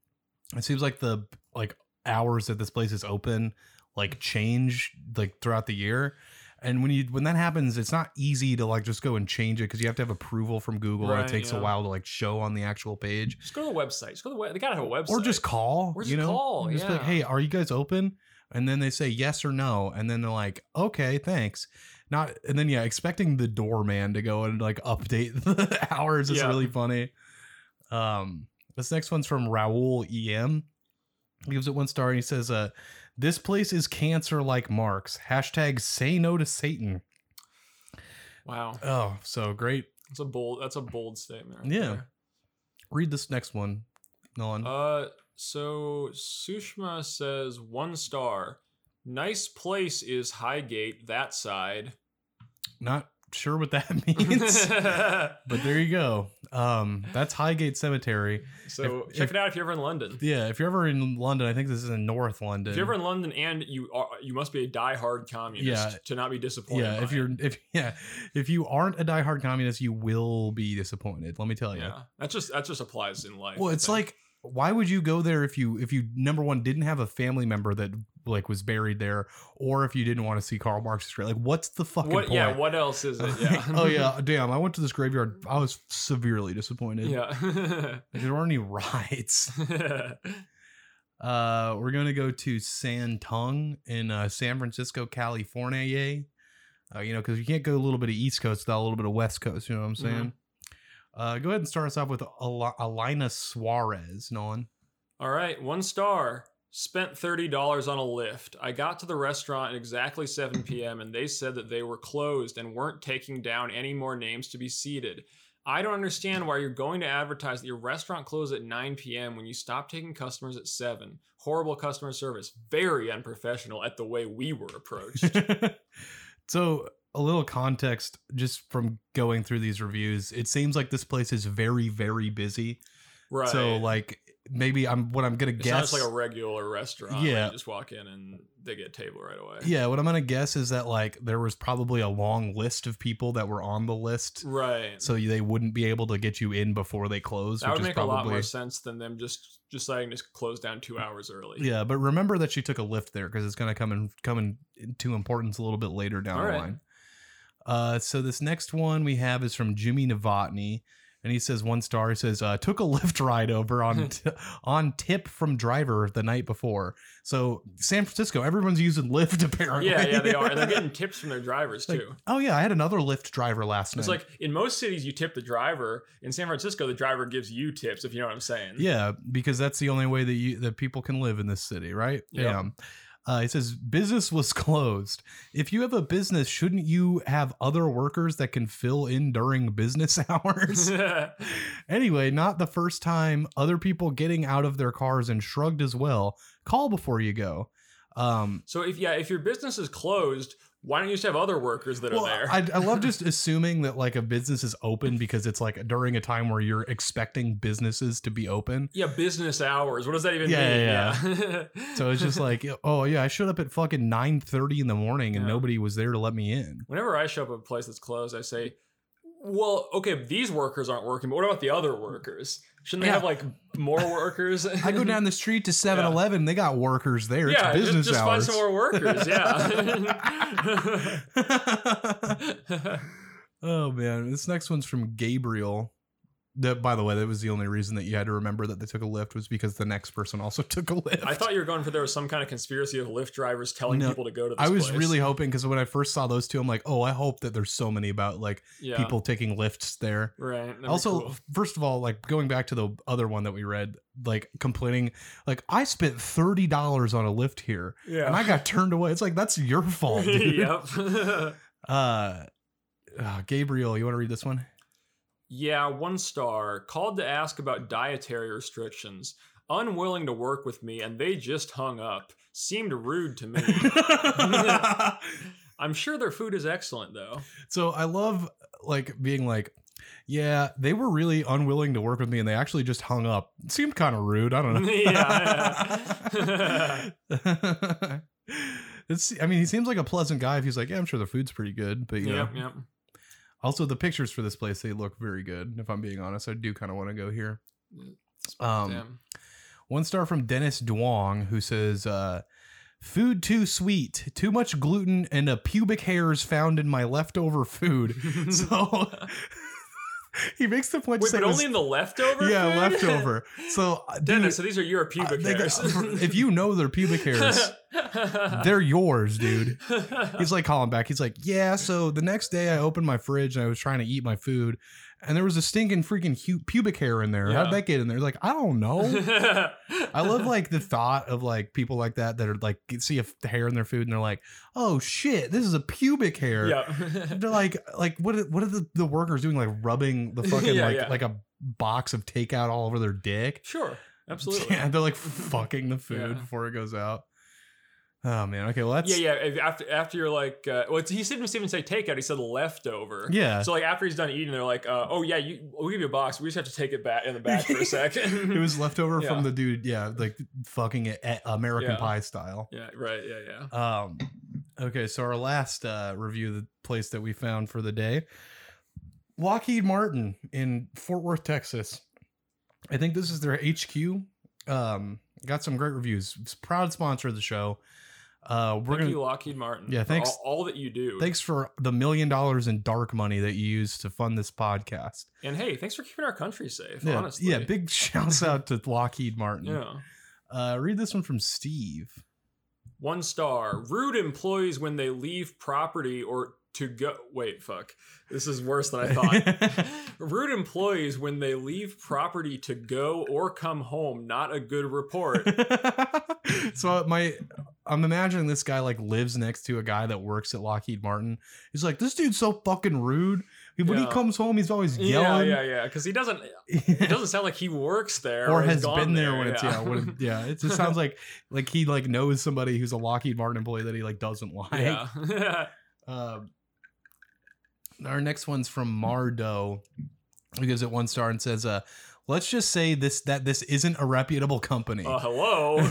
it seems like the like hours that this place is open like change like throughout the year. And when you when that happens, it's not easy to like just go and change it because you have to have approval from Google. and
Right,
it takes
yeah.
a while to like show on the actual page.
Just go to the website. Just go to the web. They gotta have a website.
or just call
Or
you
just
know
call,
just be like
yeah.
hey are you guys open and then they say yes or no and then they're like okay thanks not and then yeah expecting the doorman to go and like update *laughs* the hours is
Yeah.
really funny um this next one's from raoul em he gives it one star and he says uh this place is cancer like marx hashtag say no to satan
wow.
oh so great
That's a bold. That's a bold statement. Right
Yeah.
there.
read this next one nolan
Uh, so Sushma says one star. Nice place is Highgate that side.
not sure
*laughs*
what that *laughs* means But there you go. Um, that's Highgate Cemetery.
so
if-
check
if-
it out if you're ever in London.
Yeah, if you're ever in London, I think this is in North London.
If you're ever in London and you are, you must be a die-hard communist
Yeah.
to not be disappointed.
yeah,
by
if
it.
you're if *laughs* yeah, if you aren't a diehard communist, you will be disappointed. Let me tell you.
yeah, that just that just applies in life.
Well,
I
it's
think.
like why would you go there if you if you number one didn't have a family member that like was buried there, or if you didn't want to see Karl Marx's grave? Like, what's the fucking
what?
point?
Yeah, what else is
*laughs*
it? Yeah. *laughs*
oh yeah, damn! I went to this graveyard. I was severely disappointed.
yeah.
there weren't any rides.
*laughs*
Uh, we're gonna go to San Tung in uh, San Francisco, California. Yay. Uh, you know, because you can't go a little bit of East Coast without a little bit of West Coast. You know what I'm saying?
Mm-hmm.
Uh, go ahead and start us off with Al- Alina Suarez, Nolan. *laughs*
All right, one star. Spent $30 on a lift. I got to the restaurant at exactly 7 p.m. and they said that they were closed and weren't taking down any more names to be seated. I don't understand why you're going to advertise that your restaurant closed at 9 p.m. when you stopped taking customers at 7. Horrible customer service. Very unprofessional at the way we were approached.
*laughs* so a little context just from going through these reviews. It seems like this place is very, very busy.
right.
So like maybe I'm what I'm gonna
it
guess.
sounds like a regular restaurant. Yeah.
Yeah.
you just walk in and they get a table right away.
yeah, what I'm gonna guess is that like there was probably a long list of people that were on the list
Right.
so you- they wouldn't be able to get you in before they close.
That
which
would
is
make
probably,
a lot more sense than them just deciding to close down two hours early.
Yeah, but remember that she took a lift there because it's going to come in come in- into importance a little bit later down
All
the
right.
line. Uh, so this next one we have is from Jimmy Novotny, and he says one star. He says uh, took a *laughs* lift ride
*laughs*
over on t- on tip from driver the night before. So San Francisco, everyone's using Lyft *laughs* apparently.
Yeah, yeah, they are. And they're getting tips from their drivers
Like,
too.
*laughs* oh yeah, I had another Lyft driver last night.
It's like in most cities you tip the driver. In San Francisco, the driver gives you tips, if you know what I'm saying. *laughs*
Yeah, because that's the only way that you that people can live in this city, right?
Yep.
Uh, it says business was *laughs* closed. If you have a business, shouldn't you have other workers that can fill in during business *laughs* hours?
Mm-hmm.
anyway, not the first time other people getting out of their cars and shrugged as well. Call before you go. Um,
so if yeah, if your business is closed, why don't you just have other workers that
well,
are there?
I, I love
*laughs*
just assuming that like a business is open because it's like during a time where you're expecting businesses to be open.
yeah, business hours. What does that even
Yeah,
mean?
yeah,
Yeah. *laughs*
So it's just like, oh yeah, I showed up at fucking nine thirty in the morning and
Yeah.
nobody was there to let me in.
whenever I show up at a place that's closed, I say, well, okay, these workers aren't working, but what about the other workers? Shouldn't they
Yeah.
have like more workers?
*laughs*
*laughs*
I go down the street to 7-Eleven, they got workers there.
yeah, just-
it's business
just, find
hours.
some more workers.
*laughs*
Yeah.
oh man, this next one's from Gabriel. That by the way, that was the only reason that you had to remember that they took a lift was because the next person also *laughs* took a lift.
I thought you were going for there was some kind of conspiracy of Lyft drivers telling
No,
people to go to this
I was
place.
really hoping because when I first saw those two, I'm like, oh, I hope that there's so many about like
yeah.
people taking lifts there.
Right. that'd be
also
cool.
first of all like going back to the other one that we read like complaining like i spent $30 on a lift here
yeah.
and i got turned away it's like that's your
*laughs*
fault dude
yep. *laughs*
uh, uh, gabriel you want to read this
*laughs*
one *laughs*
yeah, one star. Called to ask about dietary restrictions. Unwilling to work with me, and they just hung up. Seemed rude
*laughs*
to me. I'm sure their food is excellent,
*laughs*
though. *laughs*
so i love like being like yeah they were really unwilling to work with me and they actually just hung up it seemed kind of rude i don't know
*laughs* Yeah,
*laughs* it's i mean he seems like a pleasant guy if he's like yeah i'm sure the food's pretty good but you know
*laughs* Yep, yep.
Also, the pictures for this place they look very good. If I'm being honest, I do kind of want to go here. Um,
Damn.
one star from Dennis Duong who says, uh, "Food too sweet, too much gluten, and a pubic hairs found in my leftover food."
*laughs*
*laughs* so he makes the point
Wait,
to say,
but
it was-
only in the leftover?
yeah,
food? *laughs*
leftover. So uh, dude,
Dennis, so these are your
uh,
pubic
they got-
hairs.
*laughs*
*laughs*
if you know their pubic hairs, they're yours, dude. He's like calling back. He's like, yeah. So the next day, I opened my fridge and I was trying to eat my food, and there was a stinking freaking hu- pubic hair in there.
Yeah.
How'd that get in there? Like, I
*laughs*
don't know. "Oh, I love like the thought of like people like that that are like see a f- hair in their food and they're like, oh shit, this is a pubic hair.
Yeah. *laughs*
They're like, like what? Are, what are the, the workers doing? Like
*laughs*
rubbing the fucking
Yeah,
like
yeah.
like a box of takeout all over their dick.
Sure. Absolutely.
*laughs* Yeah,
*laughs*
they're like fucking the food
Yeah.
before it goes out. Oh man. Okay. Well, that's
Yeah, yeah. if- After after you're like, uh, well, he didn't even say takeout. He said leftover.
Yeah.
So like after he's done eating, they're like, uh, oh yeah, you, we'll give you a box. We just have to take it back in the back
*laughs*
for a second. *laughs*
it was left over
Yeah.
from the dude, yeah, like fucking a- American
Yeah.
Pie style.
yeah. Right. Yeah. Yeah.
Um, okay, so our last uh, review, of the place that we found for the day, Lockheed Martin in Fort Worth, Texas. I think this is their HQ. Um, got some great reviews. It's a proud sponsor of the show. Uh, we're
Thank
gonna
you, Lockheed Martin.
Yeah,
for
thanks-
All, all that you do.
thanks for the million dollars in dark money that you use to fund this podcast.
And hey, thanks for keeping our country safe.
Yeah,
honestly.
yeah, big *laughs* shouts out to Lockheed Martin.
Yeah.
Uh, read this one from Steve.
One star. Rude employees when they leave property or to go. Wait, fuck. This is worse than I thought.
*laughs*
Rude employees when they leave property to go or come home. Not a good
*laughs*
report.
so my I'm imagining this guy like lives next to a guy that works at Lockheed Martin. He's like, this dude's so fucking rude. When
Yeah.
he comes home, he's always
Yeah,
yelling.
yeah, yeah. Because he doesn't.
*laughs*
It doesn't sound like he works there
or
he's
has
gone
been there when it's yeah,
*laughs*
when it, yeah. It just sounds like like he like knows somebody who's a Lockheed Martin employee that he like doesn't like.
Yeah. *laughs*
Um, our next one's from Mardo, who gives it one star and says, uh, Let's just say this that this isn't a reputable company.
Uh,
*laughs*
hello.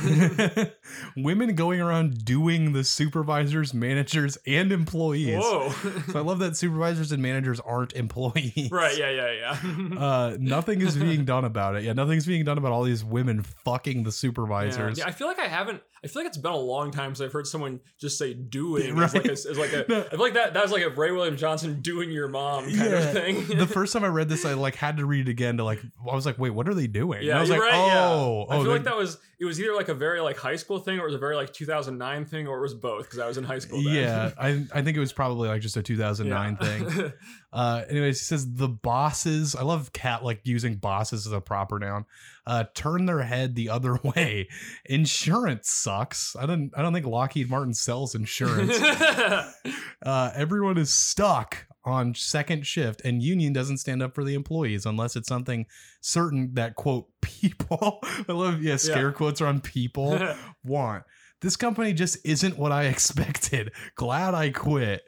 Women going around doing the supervisors, managers, and employees.
Whoa. *laughs*
So I love that supervisors and managers aren't employees.
right. Yeah. Yeah. Yeah. *laughs*
Uh, nothing is being done about it. Yeah, nothing's being done about all these women fucking the supervisors.
Yeah. Yeah, I feel like I haven't. I feel like it's been a long time since I've heard someone just say "doing"
*laughs*
as like a, as like a.
No.
I feel like that that was like a Ray William Johnson doing your mom kind
Yeah.
of thing. *laughs*
the first time I read this, I like had to read it again to like. I was like, wait, what are they doing? And
yeah,
I was
you're
like,
right.
oh,
yeah. I
oh,
feel like
they're-
that was it was either like a very like high school thing or it was a very like 2009 thing or it was both because I was in high school. Then. *laughs*
yeah. I I think it was probably like just a 2009 thing. Uh, anyways, he says the bosses. I love cat like using bosses as a proper noun. Uh, turn their head the other *laughs* way. Insurance sucks. I don't. I don't think Lockheed Martin
*laughs*
sells insurance.
thing.
uh, everyone is stuck on second shift, and union doesn't stand up for the employees unless it's something certain that quote *laughs* people. I love yeah. Scare quotes are on people
*laughs*
want. This company just isn't what I *laughs* expected. Glad I quit.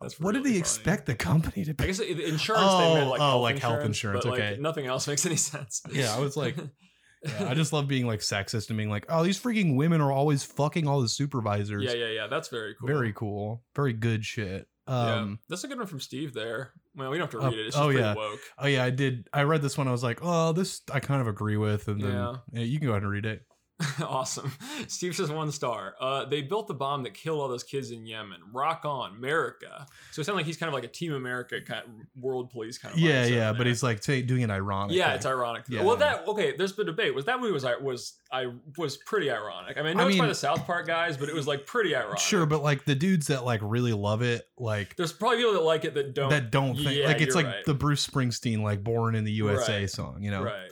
That's
what did
really
he
funny.
expect the company to be?
I guess the the insurance
Oh,
thing meant like
oh,
health
like
insurance,
health insurance,
but, like,
okay.
nothing else makes any *laughs* sense.
Yeah, I was like- Yeah, I just love being like sexist and being like, oh, these freaking women are always fucking all the
*laughs*
supervisors.
yeah, yeah, yeah. That's very cool.
Very cool. Very good shit.
Yeah.
Um,
that's a good one from Steve. There. Well, we don't have to
Uh,
read it. It's just
oh,
pretty
yeah.
woke. *laughs*
Oh, yeah, I did. I read this one. I was like, oh, this I kind of agree with. And then
Yeah.
Yeah, you can go ahead and read it.
awesome. Steve says one star. Uh, they built the bomb that killed all those kids in Yemen. Rock on, America. So it sounds like he's kind of like a Team America kind of world police kind of.
yeah,
mindset
yeah. But
there.
he's like say, doing it ironically.
Yeah, it's ironic.
Yeah.
Well, that okay. There's been debate. Was that movie was I was I was pretty ironic. I mean, I know
I
it's by
mean-
the South Park guys, but it was like pretty ironic.
Sure, but like the dudes that like really love it, like
there's probably people that like it that don't.
that don't think
Yeah,
like it's
you're
like
right.
the Bruce Springsteen like "Born in the USA"
Right.
song, you know?
Right.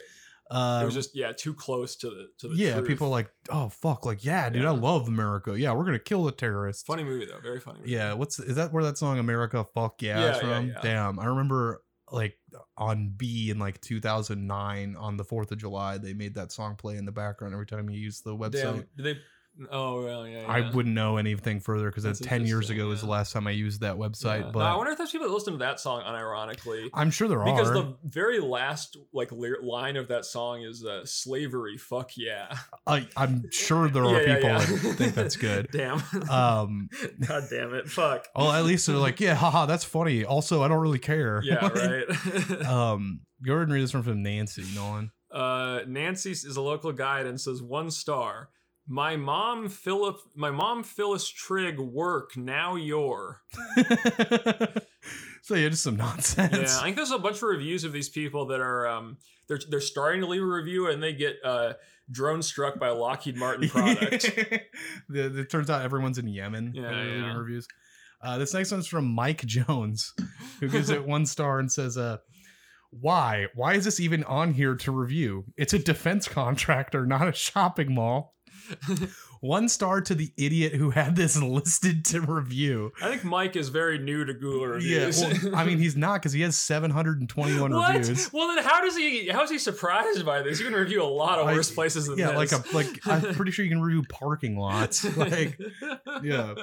Uh,
it was just yeah, too close to the to the.
yeah,
truth.
people are like, oh fuck, like yeah, dude,
Yeah.
I love America. Yeah, we're gonna kill the terrorists.
Funny movie though, very funny. Movie.
Yeah, what's is that where that song America Fuck Yeah, is
Yeah, yeah,
from?
yeah.
Damn, I remember like on B in like 2009 on the 4th of July, they made that song play in the background every time you use the website.
Damn. Did they? Oh well, yeah. yeah.
I wouldn't know anything further because
That's
10 years
interesting,
ago was
yeah.
the last time I used that
Yeah.
website,
No,
but
I wonder if there's people that listen to that song unironically.
I'm sure there
Because
are.
the very last like ly- line of that song is uh, slavery. Fuck yeah!
I, I'm
*laughs*
sure there are
Yeah, yeah,
people
yeah.
that think that's good.
*laughs* Damn.
Um,
God damn it! Fuck.
well, at least they're like, yeah, haha, that's funny. Also, I don't really care.
*laughs* Yeah.
Like,
Right. *laughs*
*laughs* Um, go ahead and read this one from Nancy Nolan.
Uh, Nancy is a local guide and says one star. My mom Philip, my mom Phyllis Trigg work now your.
*laughs* so yeah, just some
Yeah,
nonsense.
I think there's a bunch of reviews of these people that are um they're they're starting to leave a review and they get uh drone struck by a Lockheed
*laughs*
Martin product.
The- it turns out everyone's in Yemen.
Yeah,
They're leaving
yeah.
Reviews. Uh, this next one's from Mike *laughs* Jones, who
*laughs*
gives it one star and says, uh, "Why? Why is this even on here to review? It's a defense contractor, not a
*laughs*
shopping mall." one star to the idiot who had this listed to review.
I think Mike is very new to Google reviews.
Yeah,
*laughs*
well, I mean he's not because he has 721
what?
reviews.
Well, then how does he how is he surprised by this? You can review a lot of
Like,
worse places than
yeah,
this.
like
*laughs*
a like I'm pretty sure you can review parking lots. Like uh, yeah.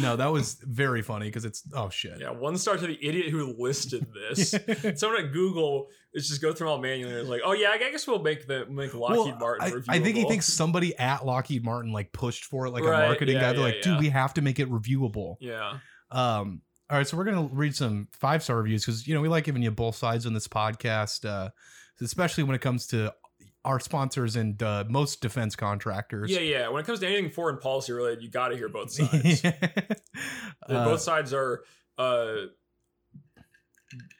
no, that was very funny because it's oh shit.
yeah, one star to the idiot who listed
*laughs*
this. Someone at Google is just go through them all manually. and It's like, oh yeah, I guess we'll make the make
Well,
Lockheed Martin.
I,
reviewable.
I think he thinks somebody at Lockheed Martin like pushed for it, like
Right,
a marketing
yeah,
guy. They're
yeah,
like,
yeah.
dude, we have to make it reviewable.
Yeah.
Um, all right, so we're gonna read some five star reviews because you know we like giving you both sides on this podcast, uh, especially when it comes to our sponsors and uh, most defense contractors.
Yeah, yeah. When it comes to anything foreign policy related, you got to hear both
*laughs*
sides. And
Uh,
both sides are uh,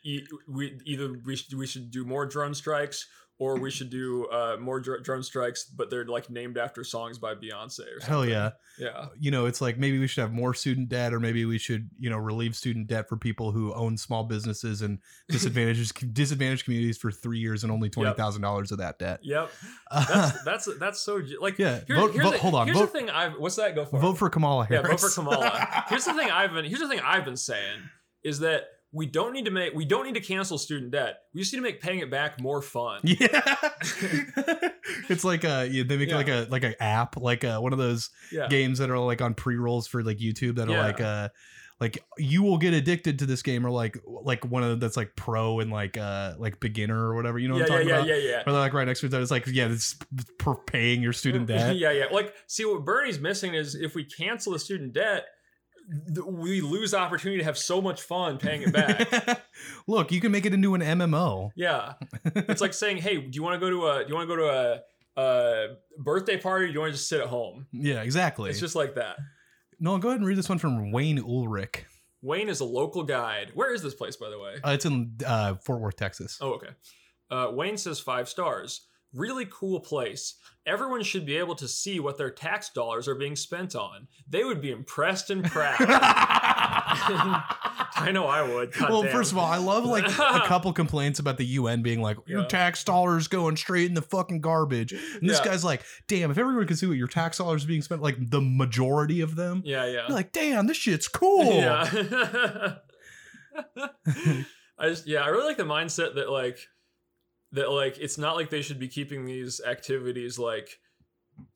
e- we either we should, we should do more drone strikes or we should do uh, more dr- drone strikes, but they're like named after songs by Beyonce or something.
hell yeah.
Yeah,
you know, it's like maybe we should have more student debt, or maybe we should, you know, relieve student debt for people who own small businesses and disadvantaged *laughs* disadvantaged communities for three years and only twenty thousand dollars of that debt. *laughs*
yep. That's that's that's so ge- like
yeah,
here-
vote,
here's
vote,
the-
hold on,
Here's
vote,
the thing. I've what's that go for?
vote for Kamala
yeah,
Harris.
vote for
*laughs*
Kamala. here's the thing I've been here's the thing I've been saying is that we don't need to make we don't need to cancel student debt. We just need to make paying it back more fun.
yeah, *laughs* it's like uh, yeah, they make
Yeah.
like a like an app, like uh, one of those
Yeah.
games that are like on pre rolls for like YouTube that are
Yeah.
like uh, like you will get addicted to this game or like like one of the, that's like pro and like uh like beginner or whatever you know
yeah,
what
yeah,
i'm talking
yeah,
about
yeah, yeah.
or like right next to each other it's like yeah this is for paying your *laughs* student
*laughs*
debt
yeah, yeah. Like, see, what Bernie's missing is if we cancel the student debt, th- we lose the opportunity to have so much fun paying it back.
*laughs* look you can make it into an mmo
yeah, it's like saying, "Hey, do you want to go to a? Do you want to go to a, a birthday party? Or do you want to just sit at home?"
yeah exactly
It's just like that.
no go ahead and read this one from wayne ulrich
Wayne is a local guide. Where is this place, by the way?
uh, it's in uh, fort worth texas *laughs*
Oh, okay. Uh, Wayne says five stars. Really cool place. Everyone should be able to see what their tax dollars are being spent on. They would be impressed and
*laughs*
proud. *laughs* I know I would. God
well,
damn.
first of all, I love like
*laughs*
a couple complaints about the UN being like, your
Yeah.
tax dollars going straight in the fucking garbage. And this
Yeah.
guy's like, damn, if everyone could see what your tax dollars are being spent, like the majority of them,
yeah, *laughs* yeah,
you're like, damn, this shit's
*laughs*
cool.
yeah. *laughs* I just, yeah, I really like the mindset that like that like it's not like they should be keeping these activities like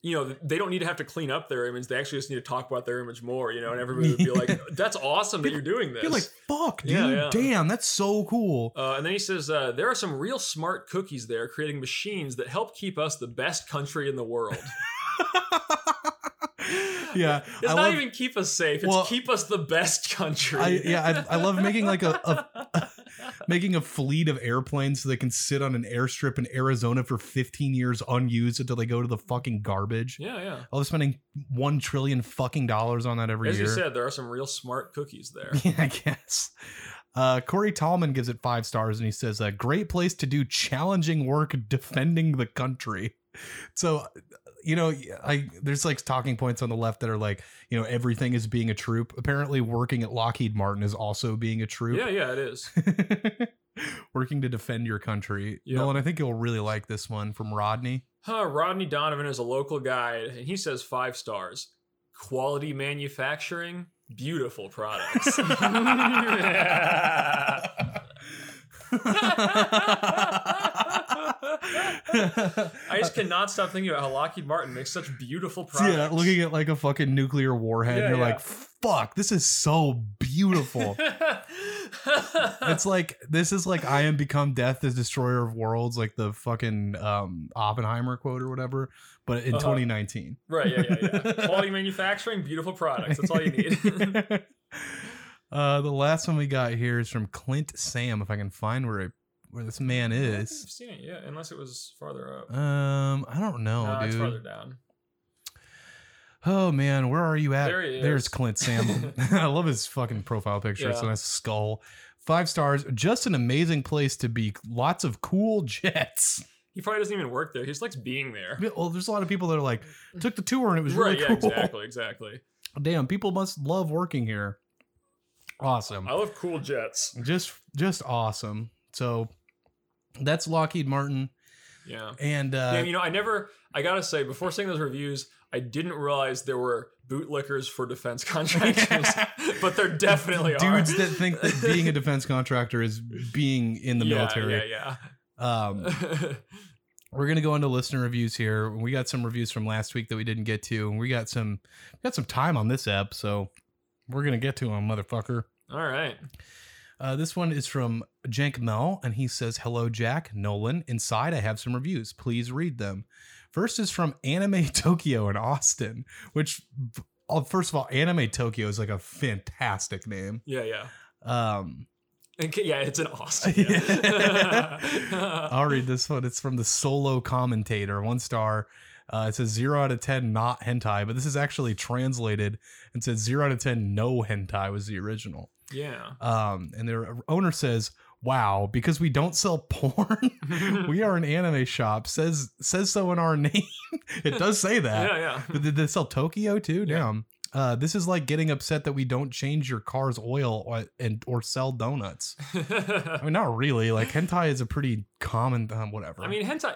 you know they don't need to have to clean up their image. They actually just need to talk about their image more. You know, and everybody would be
*laughs*
like, "That's awesome that you're doing this."
You're like, fuck, dude,
Yeah, yeah.
damn, that's so cool.
Uh, and then he says, uh, "There are some real smart cookies there, creating machines that help keep us the best country in the world.
*laughs* yeah,
It's
I
not
love.
even keep us safe; it's
Well,
keep us the best country."
I, yeah, I, I love making like a, a *laughs* making a fleet of airplanes so they can sit on an airstrip in Arizona for 15 years unused until they go to the fucking garbage.
*laughs* yeah, yeah.
I love spending one trillion fucking dollars on that every
As
year.
you said, there are some real smart cookies
*laughs*
there.
yeah, I guess. Uh, Corey Tallman gives it five stars and he says, a great place to do challenging work defending the country. So, you know, I there's like talking points on the left that are like, you know, everything is being a troop. Apparently, working at Lockheed Martin is also being a troop.
yeah, yeah, it is.
*laughs* working to defend your country.
Yeah.
Nolan, I think you'll really like this one from Rodney.
*laughs*
*laughs*
Huh, Rodney Donovan is a local guide, and he says five stars. Quality manufacturing, beautiful
*laughs*
products. *laughs*
*laughs*
I just cannot stop thinking about how Lockheed Martin makes such beautiful products.
Yeah, looking at like a fucking nuclear warhead,
Yeah,
and you're
yeah.
like, fuck, this is so
*laughs*
beautiful. it's like this is like I am become death, the destroyer of worlds, like the fucking um Oppenheimer quote or whatever, but in
Uh-huh.
2019.
right, yeah, yeah, yeah. Quality manufacturing, beautiful products. That's all you
*laughs*
need.
uh the last one we got here is from Clint Sam, if I can find where it, where this man
I don't think I've
is.
seen it, yeah, unless it was farther up.
Um, I don't know,
Nah, it's farther
dude.
down.
Oh man, where are you at?
There he
There's
is. *laughs*
Clint Sam. *laughs* I love his fucking profile picture. It's a
Yeah.
nice skull. Five stars. Just an amazing place to be. Lots of cool *laughs* jets.
He probably doesn't even work there. He just likes being there.
Well, there's a lot of people that are like, took the tour and it was really
yeah,
cool.
exactly, exactly.
*laughs* Damn, people must love working here. Awesome.
I love cool jets.
Just just awesome. So that's Lockheed Martin.
Yeah.
And uh
yeah, you know, I never, I gotta say, before seeing those reviews, I didn't realize there were bootlickers for defense *laughs*
*laughs*
contractors, but there definitely are.
dudes that think that
*laughs*
being a defense contractor is being in the
Yeah,
military.
Yeah,
Um,
yeah. *laughs*
we're gonna go into listener reviews here. We got some reviews from last week that we didn't get to, and we got some we got some time on this app, so we're gonna get to them, motherfucker.
All right.
Uh, this one is from Jank Mel, and he says, "Hello, Jack Nolan. Inside, I have some reviews. Please read them." First is from Anime *laughs* Tokyo in Austin, which, oh, first of all, Anime Tokyo is like a fantastic name.
Yeah, yeah.
Um,
Okay, yeah, it's an
*laughs*
Austin.
I'll
Yeah.
read this one. It's from the solo commentator, one star. Uh, it says zero out of ten, not hentai, but this is actually translated and says zero out of ten, no hentai was the original.
*laughs* yeah. *laughs*
Um, and their owner says, "Wow, because we don't sell porn, *laughs* we are an anime shop." Says says so in our *laughs* name. it does say that.
yeah, yeah.
But did they sell Tokyo too?
Yeah.
Damn. Uh, this is like getting upset that we don't change your car's oil or, and or sell donuts.
*laughs*
I mean, not really. Like hentai is a pretty common um, whatever.
I mean, hentai,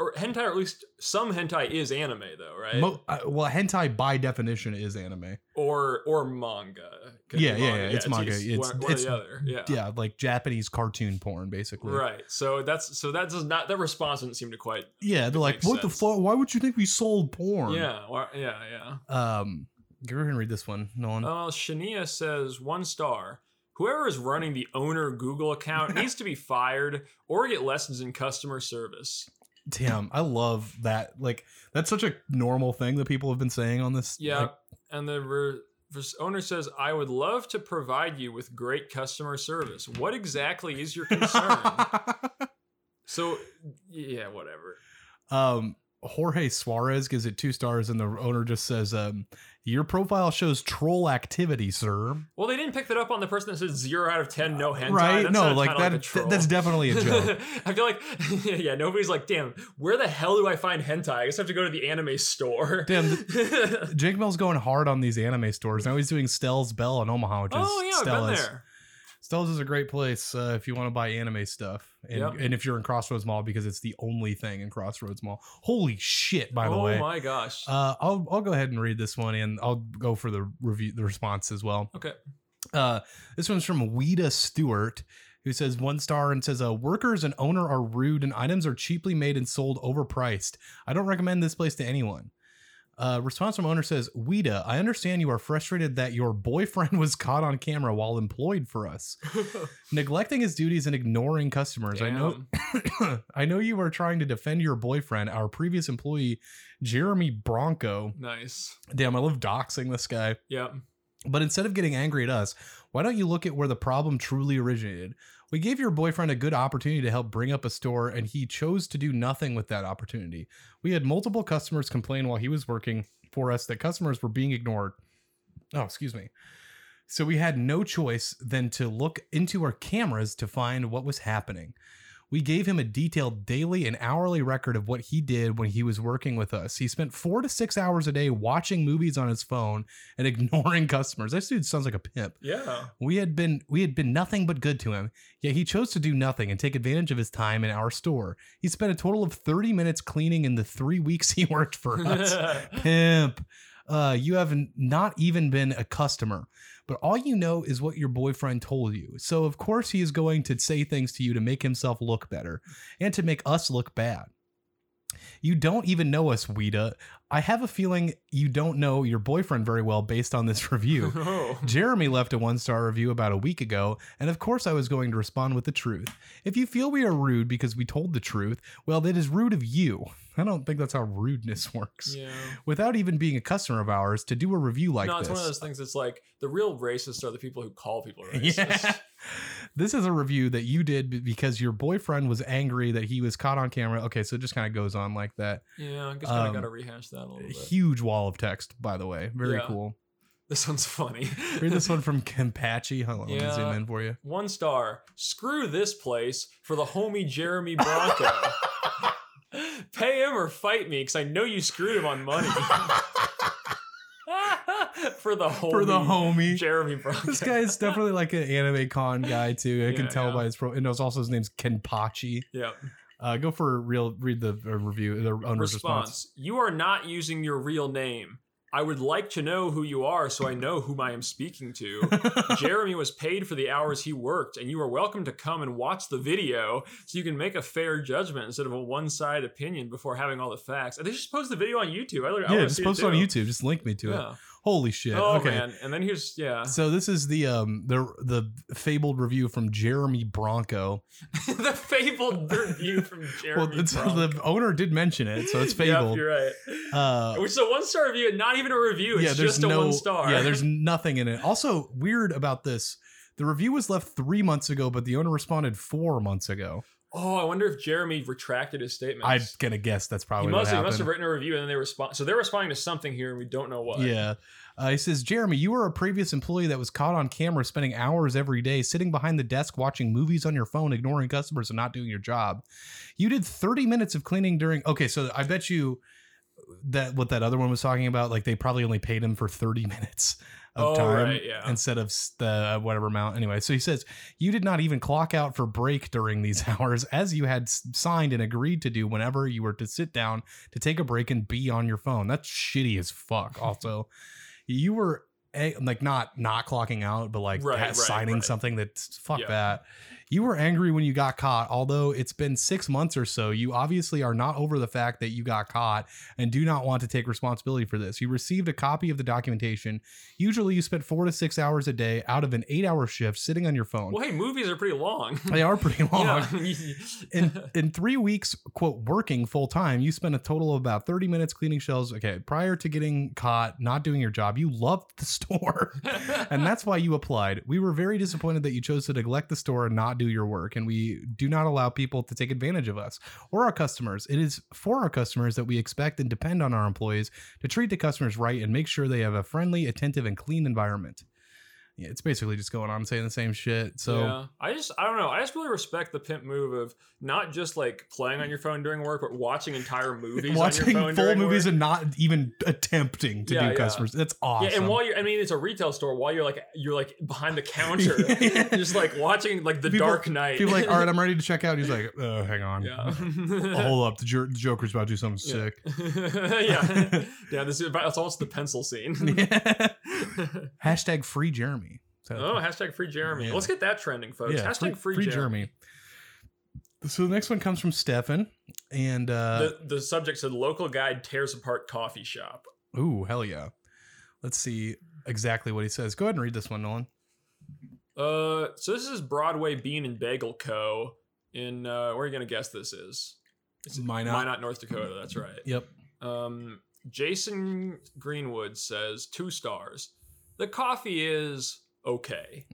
or hentai, or at least some hentai is anime, though, right?
Mo- uh, well, hentai by definition is anime.
or or manga. Could
Yeah,
be
yeah, yeah, it's manga.
just
It's-
one, one or
it's-
the other. Yeah.
Yeah, like Japanese cartoon porn, basically.
Right. So that's so that does not that response doesn't seem to quite.
Yeah, they're like,
makes
what the
sense.
fuck? Why would you think we sold porn?
Yeah. wha- Yeah. Yeah.
Um, Go ahead and read this one. No one.
Uh, Shania says one star. Whoever is running the owner Google account needs
*laughs*
to be fired or get lessons in customer service.
Damn, I love that. Like that's such a normal thing that people have been saying on this.
Yeah.
like,
and the re- vers- owner says, I would love to provide you with great customer service. What exactly is your concern?
*laughs*
so, yeah, whatever.
um, Jorge Suarez gives it two stars, and the owner just says, um, "Your profile shows troll activity, sir."
Well, they didn't pick that up on the person that says zero out of 10, no hentai.
right?
That's
no,
not
like
kinda
that.
a
th-
troll.
that's definitely
*laughs*
a joke.
I feel like, *laughs* yeah, nobody's like, damn, where the hell do I find hentai? I just have to go to the anime store.
Damn, Jake Mill's going hard on these anime stores. Now he's doing Stell's Bell in Omaha, which is
*laughs* oh, yeah, I've been
Stella's.
there.
Stell's is a great place uh, if you want to buy anime stuff, and
Yep.
and if you're in Crossroads Mall because it's the only thing in Crossroads Mall. Holy shit! By the
oh,
way,
my gosh. *laughs*
Uh, I'll I'll go ahead and read this one, and I'll go for the review, the response as well.
Okay.
Uh, this one's from Weta Stewart, who says one star and says, uh, "Workers and owner are rude, and items are cheaply made and sold overpriced. I don't recommend this place to anyone." Uh, response from owner says, Weta, I understand you are frustrated that your boyfriend *laughs* was caught on camera while employed for us, neglecting his duties and ignoring customers. I know
Damn.
*coughs* I know you are trying to defend your boyfriend, our previous employee, Jeremy Bronco.
Nice.
Damn, I love doxing this guy.
Yeah.
But instead of getting angry at us, why don't you look at where the problem truly originated? We gave your boyfriend a good opportunity to help bring up a store, and he chose to do nothing with that opportunity. We had multiple customers complain while he was working for us that customers were being ignored. Oh, excuse me. So we had no choice than to look into our cameras to find what was happening. We gave him a detailed daily and hourly record of what he did when he was working with us. He spent four to six hours a day watching movies on his phone and *laughs* ignoring customers. This dude sounds like a pimp.
Yeah.
We had been we had been nothing but good to him, yet he chose to do nothing and take advantage of his time in our store. He spent a total of 30 minutes cleaning in the three weeks he worked for us.
*laughs*
pimp. Uh, you have n- not even been a customer, but all you know is what your boyfriend told you. So, of course, he is going to say things to you to make himself look better and to make us look bad. You don't even know us, Weta. I have a feeling you don't know your boyfriend very well based on this *laughs* review.
*laughs* oh.
Jeremy left a one star review about a week ago, and of course I was going to respond with the truth. If you feel we are rude because we told the truth, well, that is rude of you. I don't think that's how rudeness *laughs* works
Yeah.
without even being a customer of ours to do a review like
no, it's
this.
one of those things that's like the real racists are the people who call people racist.
*laughs* yeah. This is a review that you did b- because your boyfriend was angry that he was caught on camera. Okay, so it just kind of goes on like that.
Yeah, I guess I
Um,
gotta rehash that a little bit.
Huge wall of text, by the way. Very
Yeah.
cool.
this one's funny.
Read this
*laughs*
one from Kempachi. Hold on, let me
Yeah.
zoom in for you.
One star. Screw this place for the homie Jeremy
*laughs*
Bronco. Pay him or fight me, because I know you screwed him on
*laughs*
money. *laughs* for the homie,
For
*laughs*
the homie.
Jeremy Bronco.
This guy is definitely like an anime con guy too. I can
Yeah,
tell
yeah.
by his pro. And it's also his name's Kenpachi.
Yeah.
Uh, go for a real read the uh, review. The owner's response.
response. You are not using your real name. I would like to know who you are so I know whom I am speaking to.
*laughs*
Jeremy was paid for the hours he worked, and you are welcome to come and watch the video so you can make a fair judgment instead of a one-sided opinion before having all the facts. And they should post the video on YouTube. I, I
yeah,
wanna
just
see
post
it
it on
too.
YouTube. Just link me to it.
Yeah.
Holy shit.
Oh
okay.
man! And then here's yeah. *laughs*
So this is the um the the fabled review from Jeremy Bronco.
the fabled review from Jeremy.
*laughs* well, it's,
Bronco.
the owner did mention it, *laughs* so it's
*laughs* Yep,
fabled.
you're right.
uh,
Which is a one-star review, and not even a review. It's
yeah, there's
just a
no
one star. *laughs*
yeah, there's nothing in it. Also weird about this. The review was left three months ago, but the owner responded four months ago.
Oh, I wonder if Jeremy retracted his statements.
I'm gonna guess that's
he
probably
must,
what
he must
happened.
have written a review and then they respond. So they're responding to something here and we don't know what.
Yeah. Uh, he says, Jeremy, you were a previous employee that was caught on camera spending hours every day sitting behind the desk watching movies on your phone, ignoring customers and not doing your job. You did 30 minutes of cleaning during. Okay, so I bet you that what that other one was talking about, like they probably only paid him for 30 *laughs* minutes
Oh,
of time
right, yeah.
instead of s- the uh, whatever amount. Anyway, so he says, you did not even clock out for break during these *laughs* hours as you had s- signed and agreed to do whenever you were to sit down to take a break and be on your phone. That's shitty
*laughs*
as fuck. Also, you were a, like not not clocking out, but like
Right,
ha-
right,
signing
right.
something that's fuck
Yeah.
that. You were angry when you got caught, although it's been six months or so. You obviously are not over the fact that you got caught and do not want to take responsibility for this. You received a copy of the documentation. Usually, you spend four to six hours a day out of an eight hour shift sitting on your phone.
Well, hey, movies are pretty long. *laughs*
They are pretty *laughs* long.
and
in in three weeks, quote, working full time, you spent a total of about 30 minutes cleaning shelves. Okay, prior to getting caught not doing your job, you loved the *laughs* store. and that's why you applied. We were very disappointed that you chose to neglect the store and not do your work. And we do not allow people to take advantage of us or our customers. It is for our customers that we expect and depend on our employees to treat the customers right and make sure they have a friendly, attentive, and clean environment. Yeah, it's basically just going on saying the same shit. *laughs* So
yeah. I just I don't know. I just really respect the pimp move of not just like playing on your phone during work, but watching entire movies
watching
on your phone
full
during
movies
work.
and not even attempting to
Yeah,
do
yeah.
customers. That's awesome.
Yeah, and
*laughs*
while you're, I mean, it's a retail store. While you're like, you're like behind the
*laughs*
counter,
Yeah.
just like watching like The
People-
Dark Knight.
People are like, all right, I'm ready to check out. He's like, uh, hang on,
*laughs*
*laughs* Oh,
yeah,
hold up, the, Jer- the Joker's about to do something
*laughs* Yeah.
sick.
*laughs* yeah, *laughs* yeah. This is about, it's almost the pencil scene. *laughs*
*laughs* Hashtag free Jeremy. *laughs* So-
oh, hashtag free Jeremy.
Yeah.
Let's get that trending, folks.
yeah,
hashtag free, Jeremy.
So the next one comes from Stefan, and uh,
the, the subject said local guide tears apart coffee shop.
ooh, hell yeah. Let's see exactly what he says. Go ahead and read this one, Nolan.
Uh, so this is Broadway Bean and Bagel Co. In uh, where are you gonna guess this is? It's
Minot.
Minot, North Dakota. That's right.
Yep.
Um, Jason Greenwood says two stars. The coffee is
*laughs*
okay.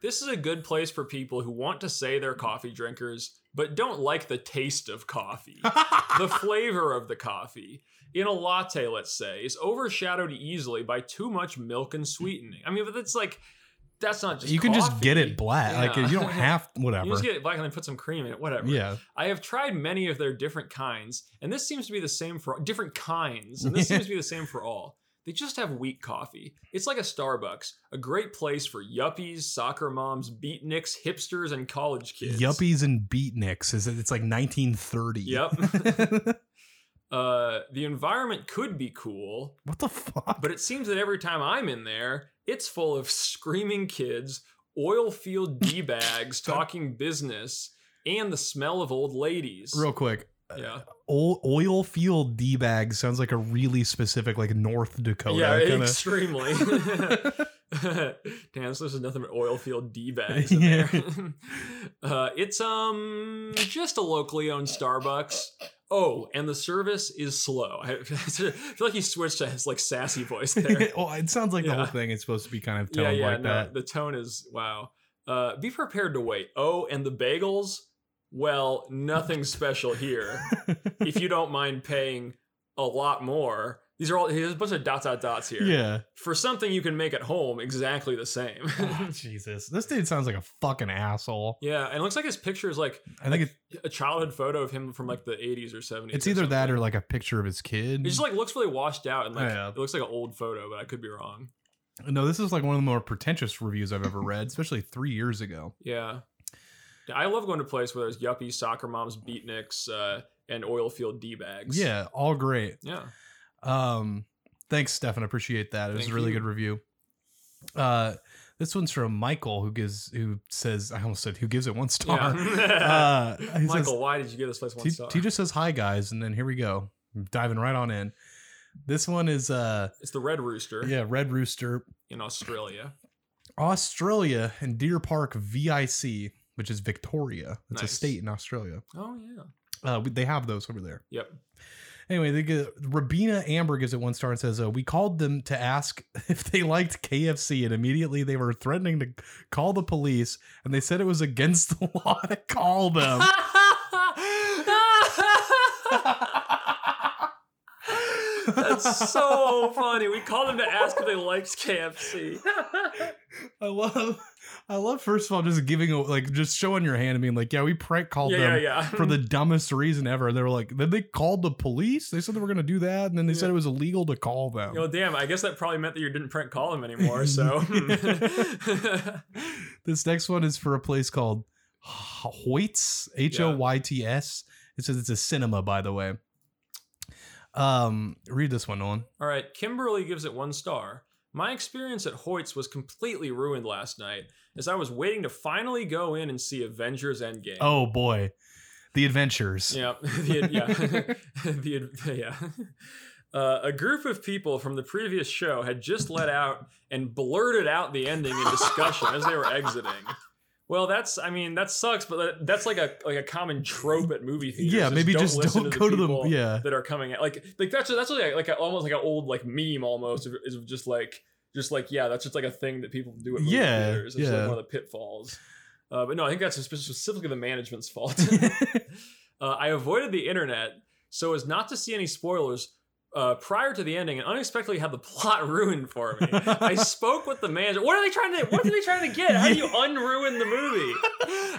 this is a good place for people who want to say they're coffee drinkers but don't like the taste of coffee.
*laughs*
the flavor of the coffee in a latte, let's say, is overshadowed easily by too much milk and sweetening. I mean, but that's like that's not just
you can just
coffee.
get it black.
Yeah.
Like you don't have
*laughs* You
whatever.
just get it black and then put some cream in it, whatever.
Yeah.
I have tried many of their different kinds, and this seems to be the same for different kinds, and this seems to be the same for all. They just have weak coffee. It's like a Starbucks, a great place for yuppies, soccer moms, beatniks, hipsters, and college kids.
Yuppies and beatniks. Is it? It's like 1930.
Yep. Uh, the environment could be cool,
*laughs* what the fuck?
but it seems that every time I'm in there, it's full of screaming kids, oil field d bags talking business, and the smell of old ladies.
Real quick,
yeah,
oil, oil field d bag sounds like a really specific, like North Dakota.
yeah, *laughs*
kinda-
extremely.
*laughs*
*laughs* Damn, so this is nothing but oil field d bags.
*laughs*
in
Yeah.
there. *laughs* uh, it's um just a locally owned Starbucks. Oh, and the service is slow. *laughs* I I feel like he switched to his like sassy voice
*laughs*
there.
well, it sounds like the
Yeah.
whole thing is supposed to be kind of toned like that.
The tone is wow. Uh, be prepared to wait. Oh, and the bagels? Well, nothing special
*laughs*
here. if you don't mind paying a lot more, these are all there's a bunch of dot dot dots here.
Yeah.
*laughs* For something you can make at home exactly the
*laughs*
same.
Ah, Jesus, this dude sounds like a fucking asshole.
yeah, and it looks like his picture is like
I think it,
a childhood photo of him from like the 80s or 70s.
it's either that
something.
or like a picture of his kid.
it just like looks really washed out and like
Yeah.
it looks like an old photo, but I could be wrong.
no, this is like one of the more pretentious reviews I've ever read, especially three years ago.
Yeah. Yeah, I love going to a place where there's yuppies, soccer moms, beatniks, uh, and oil field D bags.
Yeah, all great. *laughs*
Yeah.
Um, thanks, Stefan. Appreciate that. It was
Thank
a really
you.
good review. Uh, this one's from Michael, who gives, who says, I almost said, who gives it one star.
yeah.
*laughs*
*laughs*
Uh, he
Michael,
says,
why did you give this place one
T,
star?
T just says hi guys, and then here we go, diving right on in. This one is, uh,
it's the Red Rooster
yeah, Red Rooster,
in Australia.
Australia, and Deer Park, VIC, which is Victoria. It's
Nice.
a state in Australia.
Oh yeah.
Uh, we- they have those over there.
Yep.
Anyway, they get, Rabina Amber gives it one star and says, uh, "We called them to ask *laughs* if they liked KFC, and immediately they were threatening to call the police, and they said it was against the *laughs* law to call them."
*laughs*
*laughs*
That's so funny. We called him to ask if they liked KFC.
I love, I love. First of all, just giving a, like just showing your hand and being like, "Yeah, we prank called
yeah,
them."
yeah, yeah. *laughs*
For the dumbest reason ever, they were like, then they called the police. They said they were going to do that, and then they said
Yeah.
it was illegal to call them.
Well, damn, I guess that probably meant that you didn't print call him anymore, so. *laughs*
This next one is for a place called Hoyts, H O Y T S. It says it's a cinema, by the way. Um, read this one, Nolan.
All right, Kimberly gives it one star. My experience at Hoyt's was completely ruined last night as I was waiting to finally go in and see Avengers Endgame.
Oh boy, the adventures.
Yeah, *laughs* the, yeah, the, *laughs* yeah. Uh, a group of people from the previous show had just let out and blurted out the ending in discussion as they were exiting. Well, that's I mean that sucks, but that- that's like a like a common trope at movie theaters.
Yeah, maybe just
listen
don't go to the-
people
yeah.
that are coming out. Like like that's that's like a, like a, almost like an old like meme almost of- is of just like just like yeah that's just like a thing that people do at movie
Yeah,
theaters. It's like
yeah.
one of the pitfalls. Uh, but no, I think that's spe- specifically the management's
*laughs*
fault. *laughs* uh, I avoided the internet so as not to see any spoilers uh, prior to the ending, and unexpectedly had the *laughs* plot ruined for me.
*laughs*
I spoke with the manager. What are they trying to? What are they trying to get? How do you unruin the movie?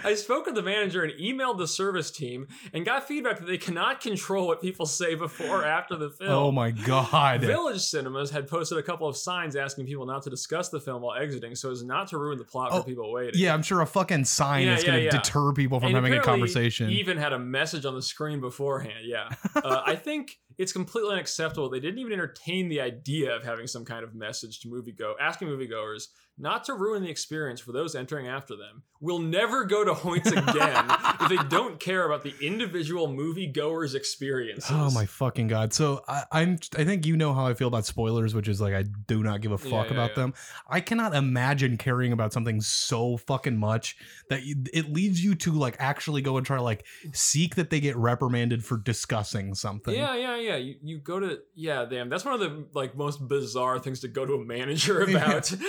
I spoke with the manager and emailed the service team and got feedback that they cannot control what people say before or after the film.
oh my god.
Village Cinemas had posted a couple of signs asking people not to discuss the film while exiting, so as not to ruin the plot
Oh,
for people waiting.
Yeah, I'm sure a fucking sign
Yeah,
is
yeah,
going to
yeah.
deter people from
And
having a
apparently
conversation.
Even had a message on the screen beforehand.
*laughs*
Yeah, uh, I think it's completely unacceptable. They didn't even entertain the idea of having some kind of message to movie go asking moviegoers not to ruin the experience for those entering after them. We'll never go
*laughs*
to Hoyts again if they don't care about the individual moviegoers' experiences.
Oh my fucking god! So I, I'm, I think you know how I feel about spoilers, which is like I do not give a
Yeah,
fuck
yeah,
about
yeah.
them. I cannot imagine caring about something so fucking much that you, it leads you to like actually go and try to like seek that they get reprimanded for discussing something.
Yeah, yeah, yeah. You, you go to yeah, damn. That's one of the like most bizarre things to go to a manager
*laughs* Yeah.
about. *laughs*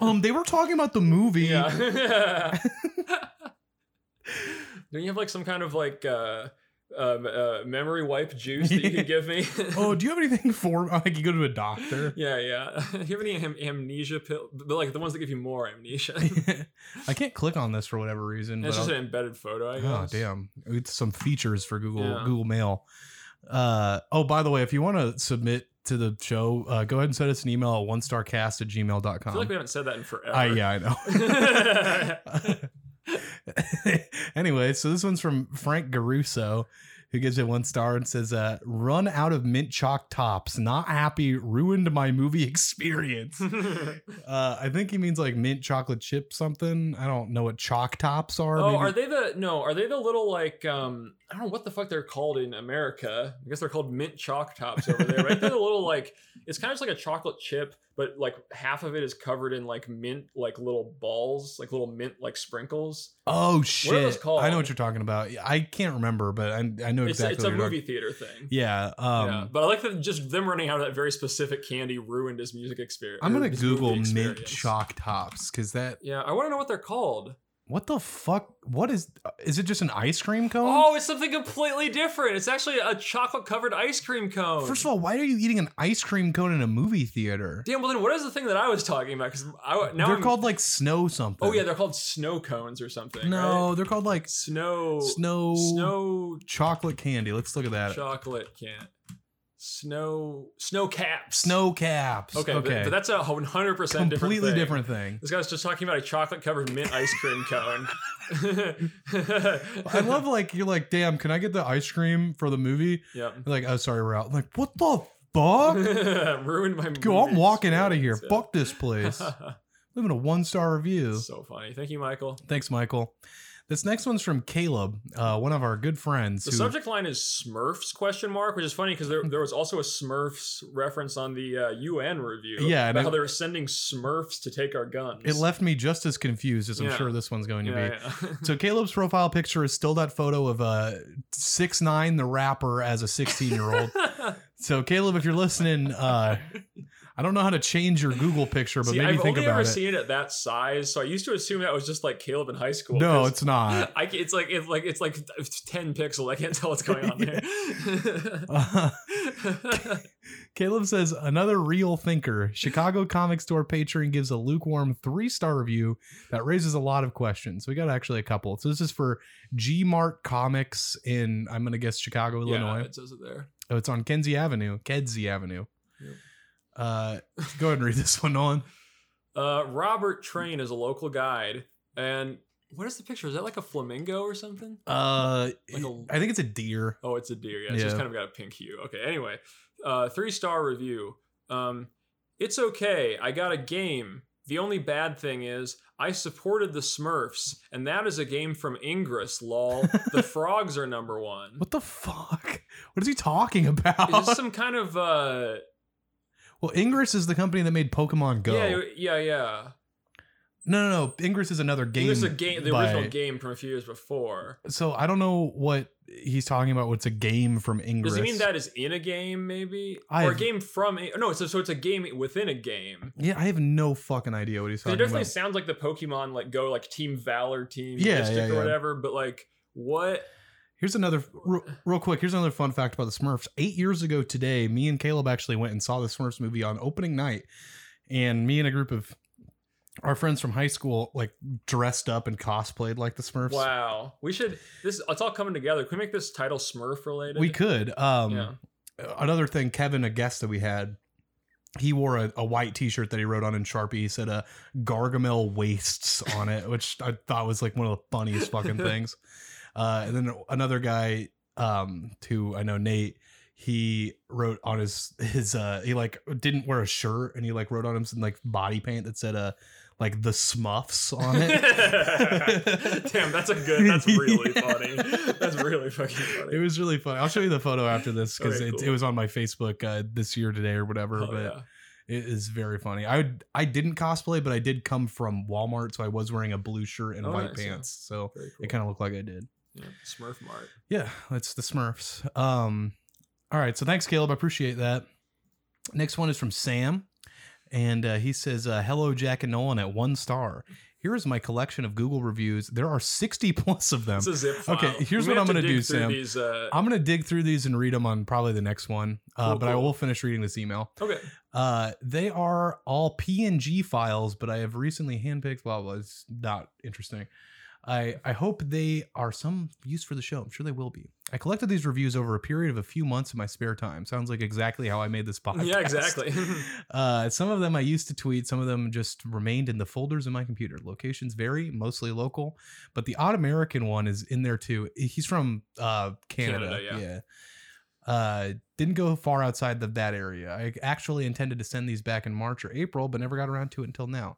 Um, they were talking about the movie.
Yeah. *laughs* Don't you have like some kind of like uh, um, uh, memory wipe juice that
*laughs*
you can give me?
Oh, do you have anything for? *laughs* Like you go to a doctor.
*laughs* yeah, yeah. *laughs* Do you have any am- amnesia pill? But like the ones that give you more amnesia. *laughs*
I can't click on this for whatever reason.
it's
but
just
I'll-
an embedded photo. I
Oh
guess.
damn! It's some features for Google
Yeah.
Google Mail. Uh, oh, by the way, if you want to submit to the show, uh, go ahead and send us an email at one starcast at
I feel like we
gmail.com.
haven't said that in forever.
I, yeah, I know. *laughs* anyway, so this one's from Frank Garuso, who gives it one star and says, uh, run out of mint chalk tops. Not happy. Ruined my
*laughs*
movie experience. *laughs* Uh, I think he means like mint chocolate chip something. I don't know what chalk tops are.
oh,
Maybe-
are they the no? Are they the little like um? I don't know what the fuck they're called in America. I guess they're called mint chalk tops over there. Right? they're the little like it's kind of just like a chocolate chip, but like half of it is covered in like mint like little balls, like little mint like sprinkles.
Oh
What are those
shit!
called?
I know what you're talking about. Yeah, I can't remember, but I, I know exactly.
It's it's
what
a
you're
movie
talking-
theater thing.
Yeah. Um,
yeah, but I like that just them running out of that very specific candy ruined his music experience.
I'm gonna Google mint chalk tops because that.
Yeah, I want to know what they're called.
What the fuck? What is? uh, Is it just an ice cream cone?
Oh, it's something completely different. It's actually a chocolate covered ice cream cone.
First of all, why are you eating an ice cream cone in a movie theater?
Damn, well then what is the thing that I was talking about? Because I now
they're
I'm-
called like snow something.
Oh yeah, they're called snow cones or something.
no,
right?
they're called like
snow
snow
snow
chocolate candy. Let's look at that.
chocolate can't snow snow caps.
Snow caps.
Okay, but-
okay.
But, that's a one hundred percent different.
completely
thing.
different thing.
This guy's just talking about a chocolate covered mint ice cream cone.
I love like you're like, damn, can I get the ice cream for the movie?
*laughs* Yep.
They're like, oh, sorry, we're out. I'm like, what the fuck?
*laughs* Ruined my.
Go, I'm
movie
walking out of here.
experience,
Fuck
*laughs*
this place.
yeah.
Leaving a one star review.
so funny. Thank you, Michael.
Thanks, Michael. This next one's from Caleb, uh, one of our good friends.
The
who-
subject line is Smurfs question mark, which is funny because
Hmm.
there, there was also a Smurfs reference on the uh, UN review.
Yeah, and
about
it-
how they were sending Smurfs to take our guns.
it left me just as confused as I'm
Yeah.
sure this one's going to be.
Yeah, *laughs* yeah.
So Caleb's profile picture is still that photo of uh six nine the rapper as a 16
*laughs*
year old. so Caleb, if you're listening, uh, I don't know how to change your Google picture, but
See,
maybe
I've
think
only
about
ever
it.
seen it that size, so I used to assume that was just like Caleb in high school.
no,
'cause
it's not.
*laughs* I, ca- it's like it's like it's like ten pixels. I can't tell what's
*laughs*
going on there. *laughs*
Uh, Caleb says another real thinker. Chicago comic store patron gives a lukewarm three star review that raises a lot of questions. We got actually a couple. So this is for G Mart Comics in I'm gonna guess Chicago,
yeah,
Illinois.
it says it there.
Oh, it's on Kenzie Avenue, Kedzie Avenue.
Yep.
Uh, go ahead and read this one, Nolan.
Uh, Robert Train is a local guide, and what is the picture? Is that like a flamingo or something?
Uh,
Like a-
I think it's a deer.
Oh, it's a deer. Yeah, it's just
Yeah.
kind of got a pink hue. Okay. Anyway, uh, three star review. Um, It's okay. I got a game. The only bad thing is I supported the Smurfs, and that is a game from Ingress.
*laughs*
Lol. the frogs are number one.
What the fuck? What is he talking about?
Is this some kind of uh?
well, Ingress is the company that made Pokemon Go.
Yeah, yeah, yeah.
no, no, no. Ingress is another game.
There's a game, the
by-
original game from a few years before.
So I don't know what he's talking about. What's a game from Ingress?
Does it mean that is in a game, maybe,
I
or a
have-
game from? A, no, it's a, so it's a game within a game.
Yeah, I have no fucking idea what he's
'Cause It
talking
definitely
about.
sounds like the Pokemon like go like Team Valor, Team
Yeah,
Mystic
yeah,
or
yeah.
whatever. But like, what?
Here's another real, real quick. Here's another fun fact about the Smurfs. Eight years ago today, me and Caleb actually went and saw the Smurfs movie on opening night, and me and a group of our friends from high school like dressed up and cosplayed like the Smurfs.
Wow, we should. This it's all coming together. Can we make this title Smurf related?
We could. Um,
Yeah.
Another thing, Kevin, a guest that we had, he wore a, a white T-shirt that he wrote on in Sharpie. He said uh, "Gargamel wastes" on it, which I thought was like one of the funniest
*laughs*
fucking things. Uh, and then another guy, um, who I know, Nate. He wrote on his his uh he like didn't wear a shirt and he like wrote on him some like body paint that said uh like the Smuffs on
*laughs*
it.
Damn, that's a good.
*laughs*
That's really
Yeah.
funny. That's really fucking
*laughs*
funny.
It was really funny. I'll show you the photo after this because
Okay,
it,
cool.
it was on my Facebook uh, this year today or whatever.
Oh,
but
yeah.
it is very funny. I would, I didn't cosplay, but I did come from Walmart, so I was wearing a blue shirt and
Oh,
white
nice, yeah.
pants. So
Very
it
cool.
kind of looked like I did.
Yeah, Smurf Mart.
Yeah, that's the Smurfs. Um, all right. So thanks, Caleb. I appreciate that. Next one is from Sam. And uh, he says, uh, Hello, Jack and Nolan at one star. Here is my collection of Google reviews. There are 60 *laughs* plus of them.
It's a zip file.
Um, okay, here's
We
what
have
I'm
to
gonna
dig
do,
through
Sam.
These, uh,
I'm going to dig through these and read them on probably the next one, uh,
Cool,
but I
cool.
will finish reading this email.
okay,
Uh, they are all PNG files, but I have recently handpicked. Blah blah. It's not interesting. I I hope they are some use for the show. I'm sure they will be. I collected these reviews over a period of a few months in my spare time. Sounds like exactly how I made this podcast.
yeah, exactly. *laughs*
Uh, some of them I used to tweet, some of them just remained in the folders in my computer. Locations vary, mostly local, but the odd American one is in there too. He's from uh, Canada.
Canada, yeah.
yeah. Uh, didn't go far outside of that area. I actually intended to send these back in March or April, but never got around to it until now.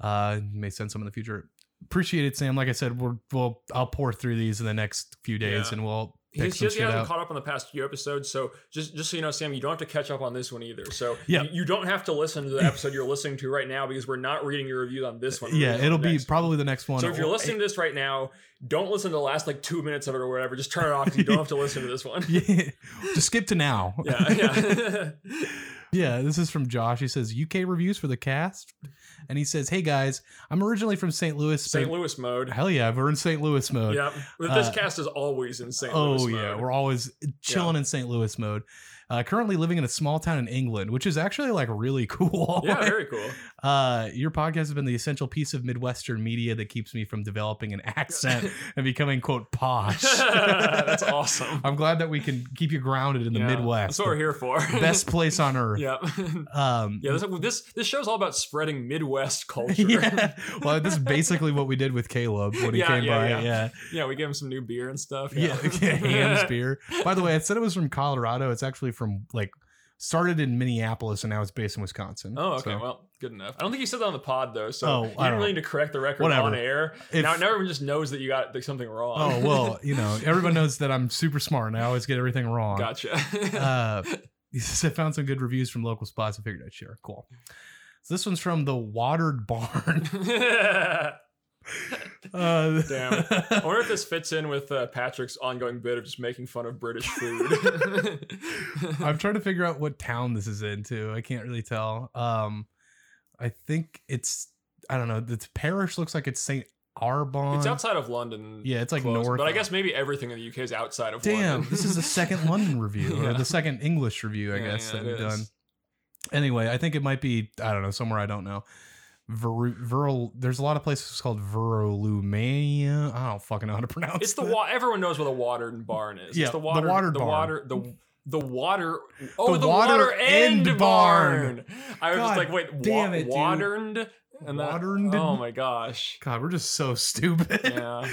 Uh, may send some in the future. Appreciate it, Sam. Like I said, we're, we'll I'll pour through these in the next few days,
Yeah.
and we'll pick
He's
some
just he
shit
hasn't
out.
caught up on the past few episodes, so just just so you know, Sam, you don't have to catch up on this one either. So
Yeah.
you, you don't have to listen to the episode you're listening to right now because we're not reading your reviews on this one. We're
yeah,
reading
it'll
the
be
next one.
probably the next one.
So if you're
or-
listening to this right now, don't listen to the last like two minutes of it or whatever. Just turn it off. 'cause You don't have to listen to this
*laughs*
one.
yeah, just skip to now.
*laughs* Yeah, yeah.
*laughs*
*laughs*
Yeah, this is from Josh. He says UK reviews for the cast, and he says, "Hey guys, I'm originally from St. Louis.
St.
but-
Louis mode.
Hell yeah, we're in St. Louis mode.
Yeah, but this
Uh,
cast is always in St.
oh
Louis.
yeah,
mode.
we're always chilling in St. Louis mode. Uh, currently living in a small town in England, which is actually like really *laughs* cool.
yeah, very
*laughs*
cool. *laughs*
uh, your podcast has been the essential piece of Midwestern media that keeps me from developing an
*laughs*
accent and becoming quote posh.
That's
*laughs*
awesome.
I'm glad that we can keep you grounded in the
Yeah,
Midwest,
That's what we're here for. *laughs*
the best place on earth.
yeah.
Um, *laughs*
Yeah, this, this this show's all about spreading Midwest culture. Yeah,
yeah. Well, this is basically what we did with Caleb when he
Yeah,
came
yeah,
by.
yeah.
Yeah. Yeah.
we gave him some new beer and stuff.
yeah. *laughs*
*laughs*
Ham's beer. By the way, I said it was from Colorado. It's actually from like started in Minneapolis and now it's based in Wisconsin.
Oh, okay.
So,
Well, good enough. I don't think he said that on the pod though, so
Oh,
you
I
didn't
don't
really need to correct the record
Whatever.
on air.
if-
now, now everyone just knows that you got like, something wrong.
oh, well, you know, everyone knows that I'm super smart and I always get everything
*laughs*
wrong.
gotcha.
*laughs*
*laughs*
Uh, he says, I found some good reviews from local spots. I figured I'd share. Cool. So this one's from the Watered Barn. *laughs* Uh,
Damn it.
*laughs*
I wonder if this fits in with uh, Patrick's ongoing bit of just making fun of British
*laughs*
food.
I'm trying to figure out what town this is in too. I can't really tell. Um, I think it's I don't know. The parish looks like it's Saint Arbon.
it's outside of London.
Yeah, it's like
close,
north.
But I guess maybe everything in the UK is outside of
damn,
London.
this is
*laughs*
the second London review or
Yeah.
the second English review, I
Yeah,
guess
yeah,
that we've
it
done.
is.
Anyway, I think it might be I don't know somewhere I don't know. Viru, Virul, there's a lot of places called Virulumania. I don't fucking know how to pronounce.
It's the
that.
wa- everyone knows what a water and barn is.
Yeah,
it's the
the
water,
watered
the
barn.
water, the the water. Oh, the,
The
water,
water
and,
and
barn.
barn.
I was just
God
like, wait, wa-
damn it, dude.
watered and that-
Watered.
Oh my gosh.
God, we're just so stupid.
Yeah.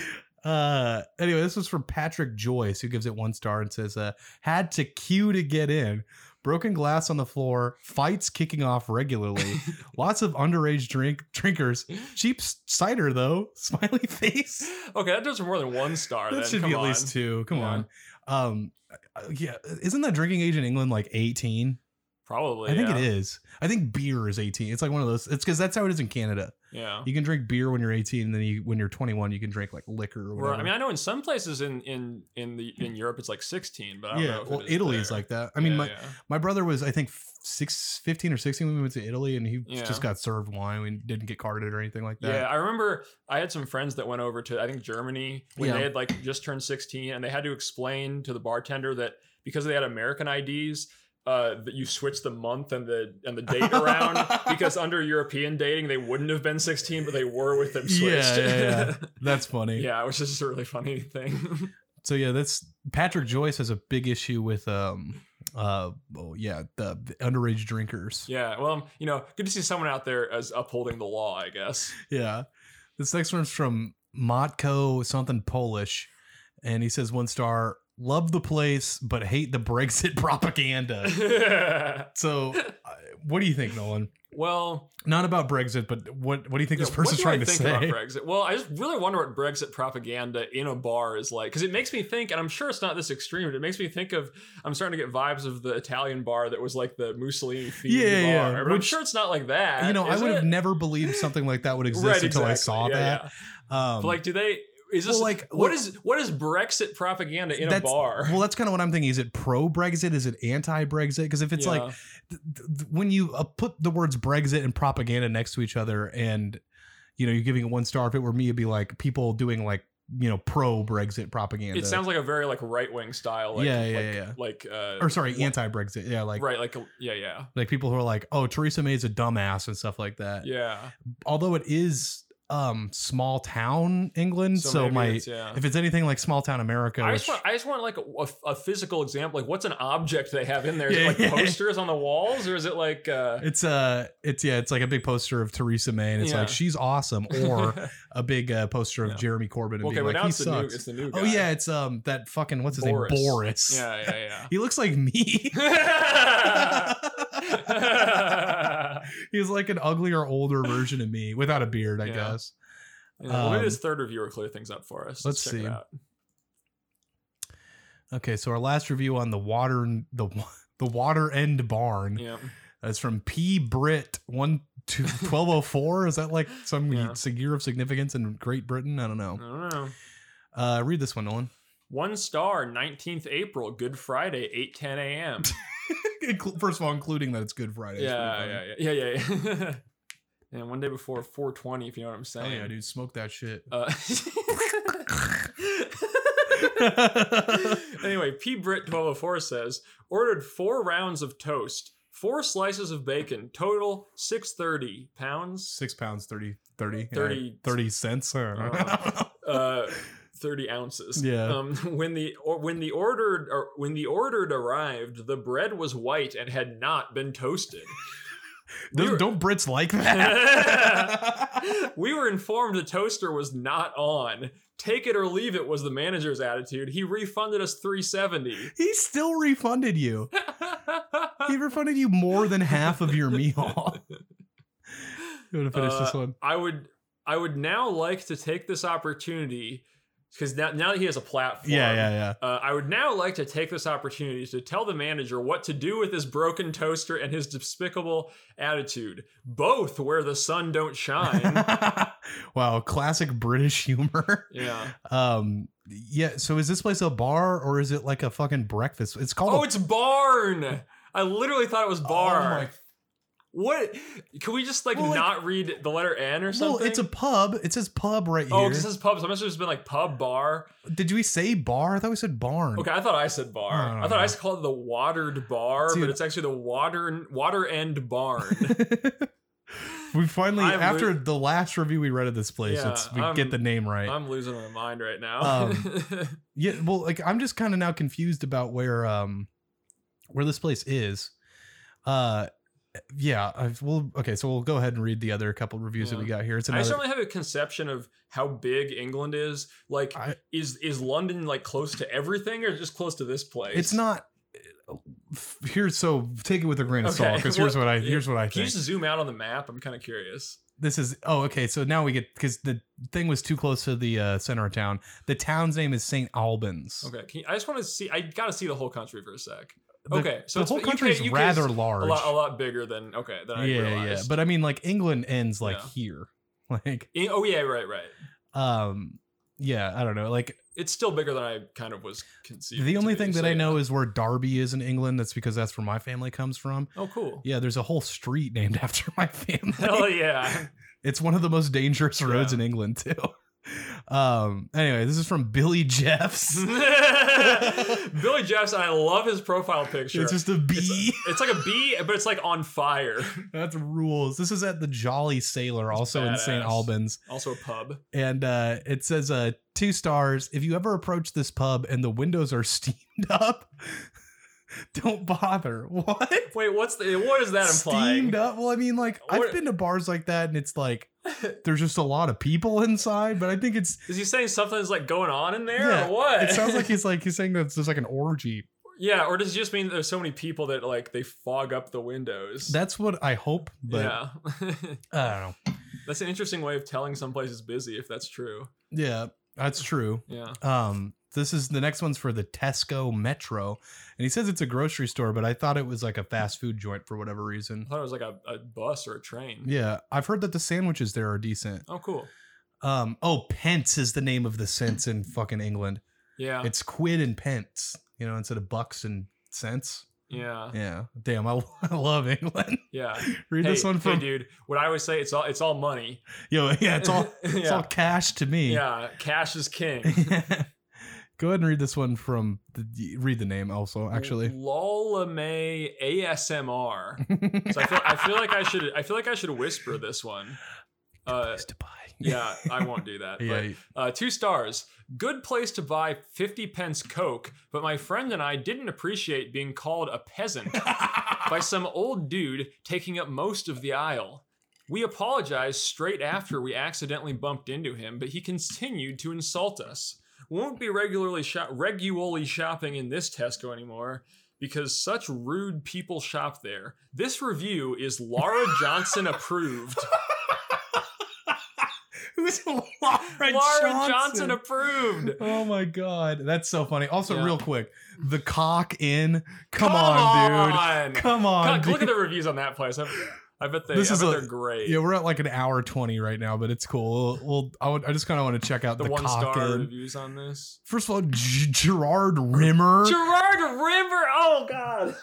Uh, anyway, this was from Patrick Joyce, who gives it one star and says, uh, had to queue to get in. broken glass on the floor, fights kicking off regularly,
*laughs*
lots of underage drink drinkers, cheap s- cider though, *laughs* smiley face.
Okay, that deserves more than one star.
*laughs* That
then.
should
Come
be at
on.
least two. Come
Yeah.
on. Um, uh, yeah, isn't the drinking age in England like eighteen?
Probably.
I think
yeah.
it is. I think beer is eighteen. It's like one of those. It's because that's how it is in Canada.
Yeah.
You can drink beer when you're eighteen, and then you, when you're twenty-one, you can drink like liquor or whatever.
Or, I mean, I know in some places in in in the in Europe it's like 16, but I don't
yeah,
know. if
well,
it is
Italy is
there.
like that. I mean,
Yeah,
my,
yeah.
my brother was, I think, f- six, 15 or 16 when we went to Italy, and he
Yeah.
just got served wine. We didn't get carded or anything like
Yeah,
that.
I remember I had some friends that went over to I think Germany when
Yeah.
they had like just turned 16 and they had to explain to the bartender that because they had American IDs uh, that you switch the month and the and the date
*laughs*
around because under European dating they wouldn't have been 16 but they were with them switched.
*laughs* Yeah, yeah, That's funny.
*laughs* Yeah, which is a really funny thing. *laughs*
So, yeah, that's Patrick Joyce has a big issue with, um, uh, well, yeah, the, the underage drinkers.
yeah, well, you know, good to see someone out there as upholding the law, I guess. *laughs*
Yeah. This next one's from Matko something Polish, and he says one star, love the place but hate the
*laughs*
Brexit *laughs* propaganda. So, uh, what do you think, Nolan?
well,
Not about Brexit, but what what do you think this
Yeah, what
person's
do
trying
I
to
think
say?
About Brexit? Well, I just really wonder what Brexit propaganda in a bar is like because it makes me think, and I'm sure it's not this extreme, but it makes me think of. I'm starting to get vibes of the Italian bar that was like the Mussolini themed
Yeah, yeah,
bar. But I'm
which-
sure it's not like that.
you know, I
is
would have
it?
never believed something like that would exist
right,
until I
exactly.
saw
Yeah,
that.
yeah.
Um,
But like, do they? Is this
well,
like
like,
what
look-
is what is Brexit propaganda in a
That's-
bar?
well, that's kind of what I'm thinking. Is it pro Brexit? Is it anti Brexit? Because if it's like
Yeah.
th- th- when you uh, put the words Brexit and propaganda next to each other, and you know, you're giving it one star. If it were me, it'd be like people doing like you know pro Brexit propaganda.
it sounds like a very like right wing style. Like,
Yeah, yeah,
like,
yeah.
Like uh,
or sorry, anti Brexit. Yeah, like
right, like yeah, yeah,
like people who are like, oh, Theresa May's a dumbass and stuff like that.
yeah.
Although it is um small town England, so,
maybe
my
it's- yeah.
if it's anything like small town America,
I
which,
just *laughs* want, I just want like a, a physical example. Like, what's an object they have in there? Is
Yeah,
it like
yeah.
posters on the walls, or is it like? Uh,
it's uh it's yeah, it's like a big poster of Theresa May, and it's
Yeah.
like she's awesome, *laughs*
*laughs*
or a big uh, poster of
Yeah.
Jeremy Corbyn and
okay,
being
but
like
now
he
it's the, new,
sucks.
it's the new. Guy.
oh
*laughs*
yeah, it's um that fucking what's his
Boris.
name Boris.
yeah, yeah,
he looks
*laughs*
like me. *laughs*
yeah. *laughs* yeah,
He's like an uglier, older version of me without a beard, I
Yeah.
guess.
well, maybe
Um,
this third reviewer clear things up for us.
let's
check it
see.
out.
Okay, so our last review on the water the the water end barn.
Yeah,
That's from P. Brit one
*laughs*
to twelve oh four. Is that like some
Yeah.
s- year of significance in Great Britain? I don't
I
know.
don't know.
Uh, read this one, Nolan. *laughs*
One star, nineteenth April, Good Friday, eight ten
*laughs*
a.m.
Inclu- First of all, including that it's Good Friday. is
yeah,
pretty funny.
yeah, *laughs* yeah, yeah, yeah, yeah. and one day before four twenty, if you know what I'm
Oh
saying.
yeah, dude, smoke that
*laughs*
shit. *laughs*
Uh, *laughs*
*laughs*
anyway, P. Britt 1204 says ordered four rounds of toast, four slices of bacon, total 630 pounds,
Six pounds thirty thirty yeah,
30
30 cents. I don't know. *laughs*
Uh, uh, 30 ounces.
Yeah.
Um, *laughs* when the or, when the ordered or when the ordered arrived, the bread was white and had not been
*laughs*
toasted. we
Don't-
*laughs* were-
don't Brits like that? *laughs*
We were informed the toaster was not on. Take it or leave it was the manager's attitude. He refunded us
*laughs*
370.
he still refunded you. He refunded you more than half of your
*laughs*
meal. you want to finish this
Uh,
one?
I would I would now like to take this opportunity because now, now that he has a platform.
Yeah, yeah, yeah.
Uh, I would now like to take this opportunity to tell the manager what to do with his broken toaster and his despicable attitude. Both where the sun don't
*laughs*
shine.
wow, classic British humor.
yeah.
Um, yeah. So is this place a bar or is it like a fucking breakfast? It's called.
Oh,
a,
it's barn. I literally thought it was
Oh
bar.
my-
what? Can we just like
Well, like-
not read the letter N or
well,
something?
it's a pub. It says pub right here.
Oh, because it says pub. So I must have just been like pub bar.
Did we say bar? I thought we said barn.
Okay, I thought I said bar.
I don't
I, thought I
know.
just called it the watered bar,
Dude.
but it's actually the water water end barn.
*laughs* we finally,
I'm
after
lo-
the last review we read of this place,
Yeah,
it's, we
I'm-
get the name *laughs* right.
I'm losing my mind right now. *laughs*
Um, yeah, well, like I'm just kind of now confused about where um where this place is. Uh, yeah. i we'll okay, so we'll go ahead and read the other couple reviews that we got here. It's
I
another.
certainly have a conception of how big England is. Like,
I-
is is London like close to everything, or just close to this place?
It's not. uh, f- here's so take it with a grain of salt
Okay.
because here's what I
Yeah.
here's what I
Can you
think.
just zoom out on the map? I'm kind of curious.
this is oh okay. So now we get because the thing was too close to the uh, center of town. The town's name is St. Albans.
Okay, can you, I just want to see. I gotta see the whole country for a sec.
The-
okay, so
the
it's-
whole
UK
country is
UK's
rather
a
large.
lot, a lot bigger than okay than I
yeah, yeah.
realized.
But I mean, like England ends like
Yeah.
here. *laughs* Like,
In- oh yeah, right, right.
um, yeah, I don't know. Like
It's still bigger than I kind of was conceiving.
the
it to
only
be,
thing that
so
I
yeah.
know is where Derby is in England. That's because that's where my family comes from.
*laughs* Oh, cool.
Yeah, there's a whole street named *laughs* after
*laughs* Oh,
my family.
Hell yeah. *laughs*
It's one of the most dangerous roads
Yeah.
in England too. *laughs* Um. Anyway, this is from
*laughs*
Billy Jeffs.
Billy Jeffs, and I love his profile picture.
It's
It's,
just a bee.
like a bee, but it's like on fire. *laughs*
*laughs* That's rules. This is at the Jolly Sailor, also in St.
badass.
Albans.
Also a pub.
and uh, it says uh, two stars. If you ever approach this pub and the windows are *laughs* steamed up, *laughs* don't bother. *laughs* What?
Wait, what's the? What is that implying?
Steamed up? Well, I mean, like I've
What-
been to bars like that, and it's like
*laughs*
there's just a lot of people inside. But I think it's
Is he saying something's like going on in there,
Yeah,
or what? *laughs*
it sounds like he's like he's saying that it's just like an orgy.
yeah, or does it just mean that there's so many people that like they fog up the windows?
That's what I hope, but
yeah,
I don't know.
*laughs* that's an interesting way of telling someplace is busy if that's true.
Yeah, that's true.
Yeah,
Um, this is the next one's for the Tesco Metro, and he says it's a grocery store, but I thought it was like a fast food joint for whatever reason.
I thought it was like a, a bus or a train.
Yeah, I've heard that the sandwiches there are decent.
Oh, cool.
Um, oh, pence is the name of the cents in fucking England.
Yeah,
It's quid and pence, you know, instead of bucks and cents.
yeah,
Yeah, damn, I, *laughs* I love England.
yeah.
*laughs* Read
hey,
this one
hey,
from
dude. What I always say, it's all it's all
*laughs*
money.
yo, yeah, it's
*laughs*
all it's
Yeah.
all cash to me.
Yeah, cash is king.
Go ahead and read this one from the, read the name also *laughs* *laughs* actually.
Lolame ASMR. So I feel I feel like I should I feel like I should whisper this
*laughs*
one. Uh,
Place to *laughs* buy.
yeah, I won't do that.
yeah,
But, uh, two stars. Good place to buy 50 pence Coke, but my friend and I didn't appreciate being called a
*laughs*
peasant by some old dude taking up most of the aisle. We apologized straight after we accidentally bumped into him, but he continued to insult us. Won't be regularly shop- regularly shopping in this Tesco anymore because such rude people shop there. This review is
*laughs*
Laura Johnson approved.
*laughs* who's Laura,
Laura Johnson approved.
Oh my god, that's so funny. Also,
Yeah.
real quick, the cock in. Come, on,
on.
dude. Come on.
God, look at
dude.
the reviews on that place. I, I bet they.
This
I
is
bet
a-
they're great.
yeah, we're at like an hour twenty right now, but it's cool. We'll, we'll- I, would, I just kind of want to check out
the,
the,
one
cock
star
in.
reviews on this.
First of all, G- Gerard Rimmer.
Gerard River. Oh God.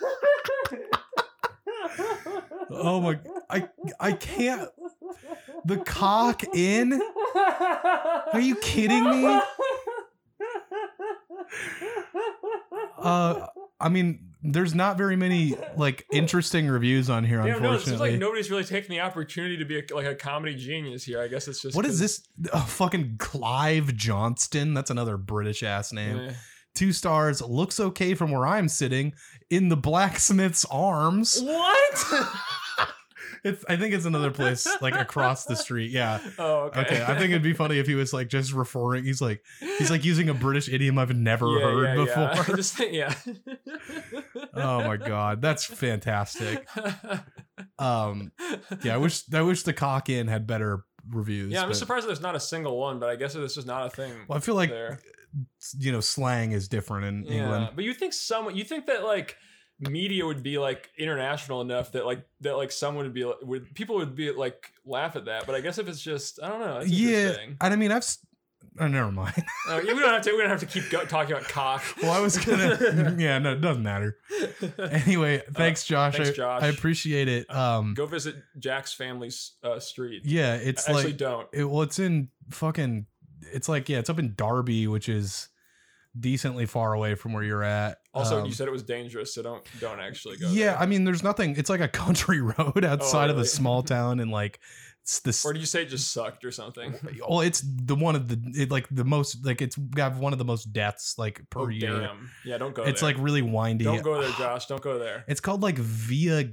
oh my, I I can't. The cock in. Are you
*laughs*
kidding me? Uh, I mean, there's not very many like interesting reviews on here,
Damn, no, it seems
unfortunately.
like nobody's really taking the opportunity to be a, like a comedy genius here. I guess it's just
What is
'cause-
this? Oh, fucking Clive Johnston. That's another British ass name.
Eh.
Two stars. Looks okay from where I'm sitting. In the blacksmith's arms.
What? *laughs*
It's. I think it's another place like across the street. Yeah.
oh, okay.
Okay. I think it'd be funny if he was like just referring. He's like he's like using a British idiom I've never heard
*laughs* yeah. *laughs*
before. *laughs*
Just think, yeah.
oh my god,
*laughs*
that's fantastic. Um. Yeah. I wish. I wish the cock in had better reviews.
Yeah, I'm
but-
just surprised that there's not a single one, but I guess it's just not a thing.
Well, I feel like
there.
you know slang is different in
Yeah,
England.
but you think someone, you think that like media would be like international enough that like that like someone would be like, would people would be like laugh at that, but I guess if it's just I don't know, it's
Yeah.
interesting.
And I mean, I've. s- Oh, never mind. *laughs*
Uh, we don't have to we don't have to keep go- talking about cock.
Well, I was
*laughs*
gonna. yeah, no, it doesn't matter. Anyway, thanks, Josh.
Uh, thanks,
I-
Josh. Uh,
I, appreciate it. Um,
go visit Jack's family's uh, street.
yeah, it's
Actually,
like
don't.
it, well, it's in fucking. It's like yeah, it's up in Derby, which is decently far away from where you're at.
Also,
Um,
you said it was dangerous, so don't don't actually go.
yeah,
there.
I mean, there's nothing. It's like a *laughs* country road outside of a
Oh, really? *laughs*
small town, and like it's this.
or do you say it just sucked or something?
*laughs* Well, Oh, it's the one of the it, like the most like it's got one of the most deaths like per
oh
year.
damn! Yeah, don't go.
It's
there.
like really windy.
don't go there, Josh. Don't go there.
It's called like Via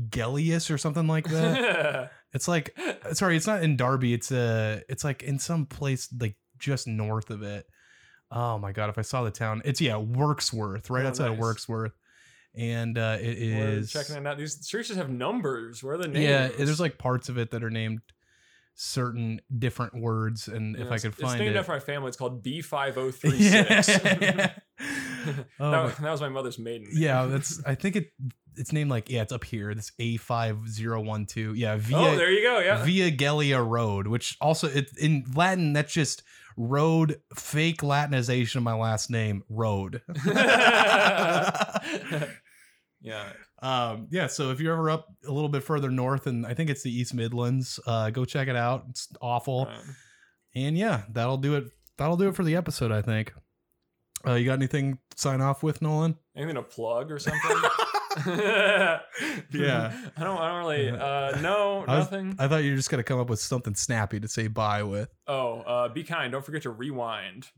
Gellius or something
*laughs*
like that. it's like uh, sorry, it's not in Derby. It's uh it's like in some place like just north of it. Oh my god, if I saw the town, it's yeah, Worksworth, right
Oh,
outside of
nice.
Worksworth. and uh, it
We're
is
checking it out. These churches have numbers. Where are the names?
yeah. There's like parts of it that are named certain different words, and
Yeah,
if I
it's-
could
it's
find
named
it,
after my family. It's called B five O three
*laughs* yeah.
six. *laughs* That
Oh,
was- that was my mother's maiden. name.
*laughs* yeah, that's. I think it. It's named like yeah. It's up here. This A five zero one two. Yeah, via
oh, there you go. Yeah.
Via Gellia Road, which also it, in Latin that's just road fake Latinization of my last name
*laughs*
road. *laughs*
yeah.
um, yeah, so if you're ever up a little bit further north, and I think it's the East Midlands, uh, go check it out. It's awful,
Um,
and yeah, that'll do it. That'll do it for the episode. I think. Uh, you got anything to sign off with, Nolan?
anything to plug or
*laughs*
something? *laughs* yeah. I don't. I don't really. Uh, no,
I was-
nothing.
I thought you were just gonna come up with something snappy to say bye with.
oh, uh, be kind. Don't forget to rewind.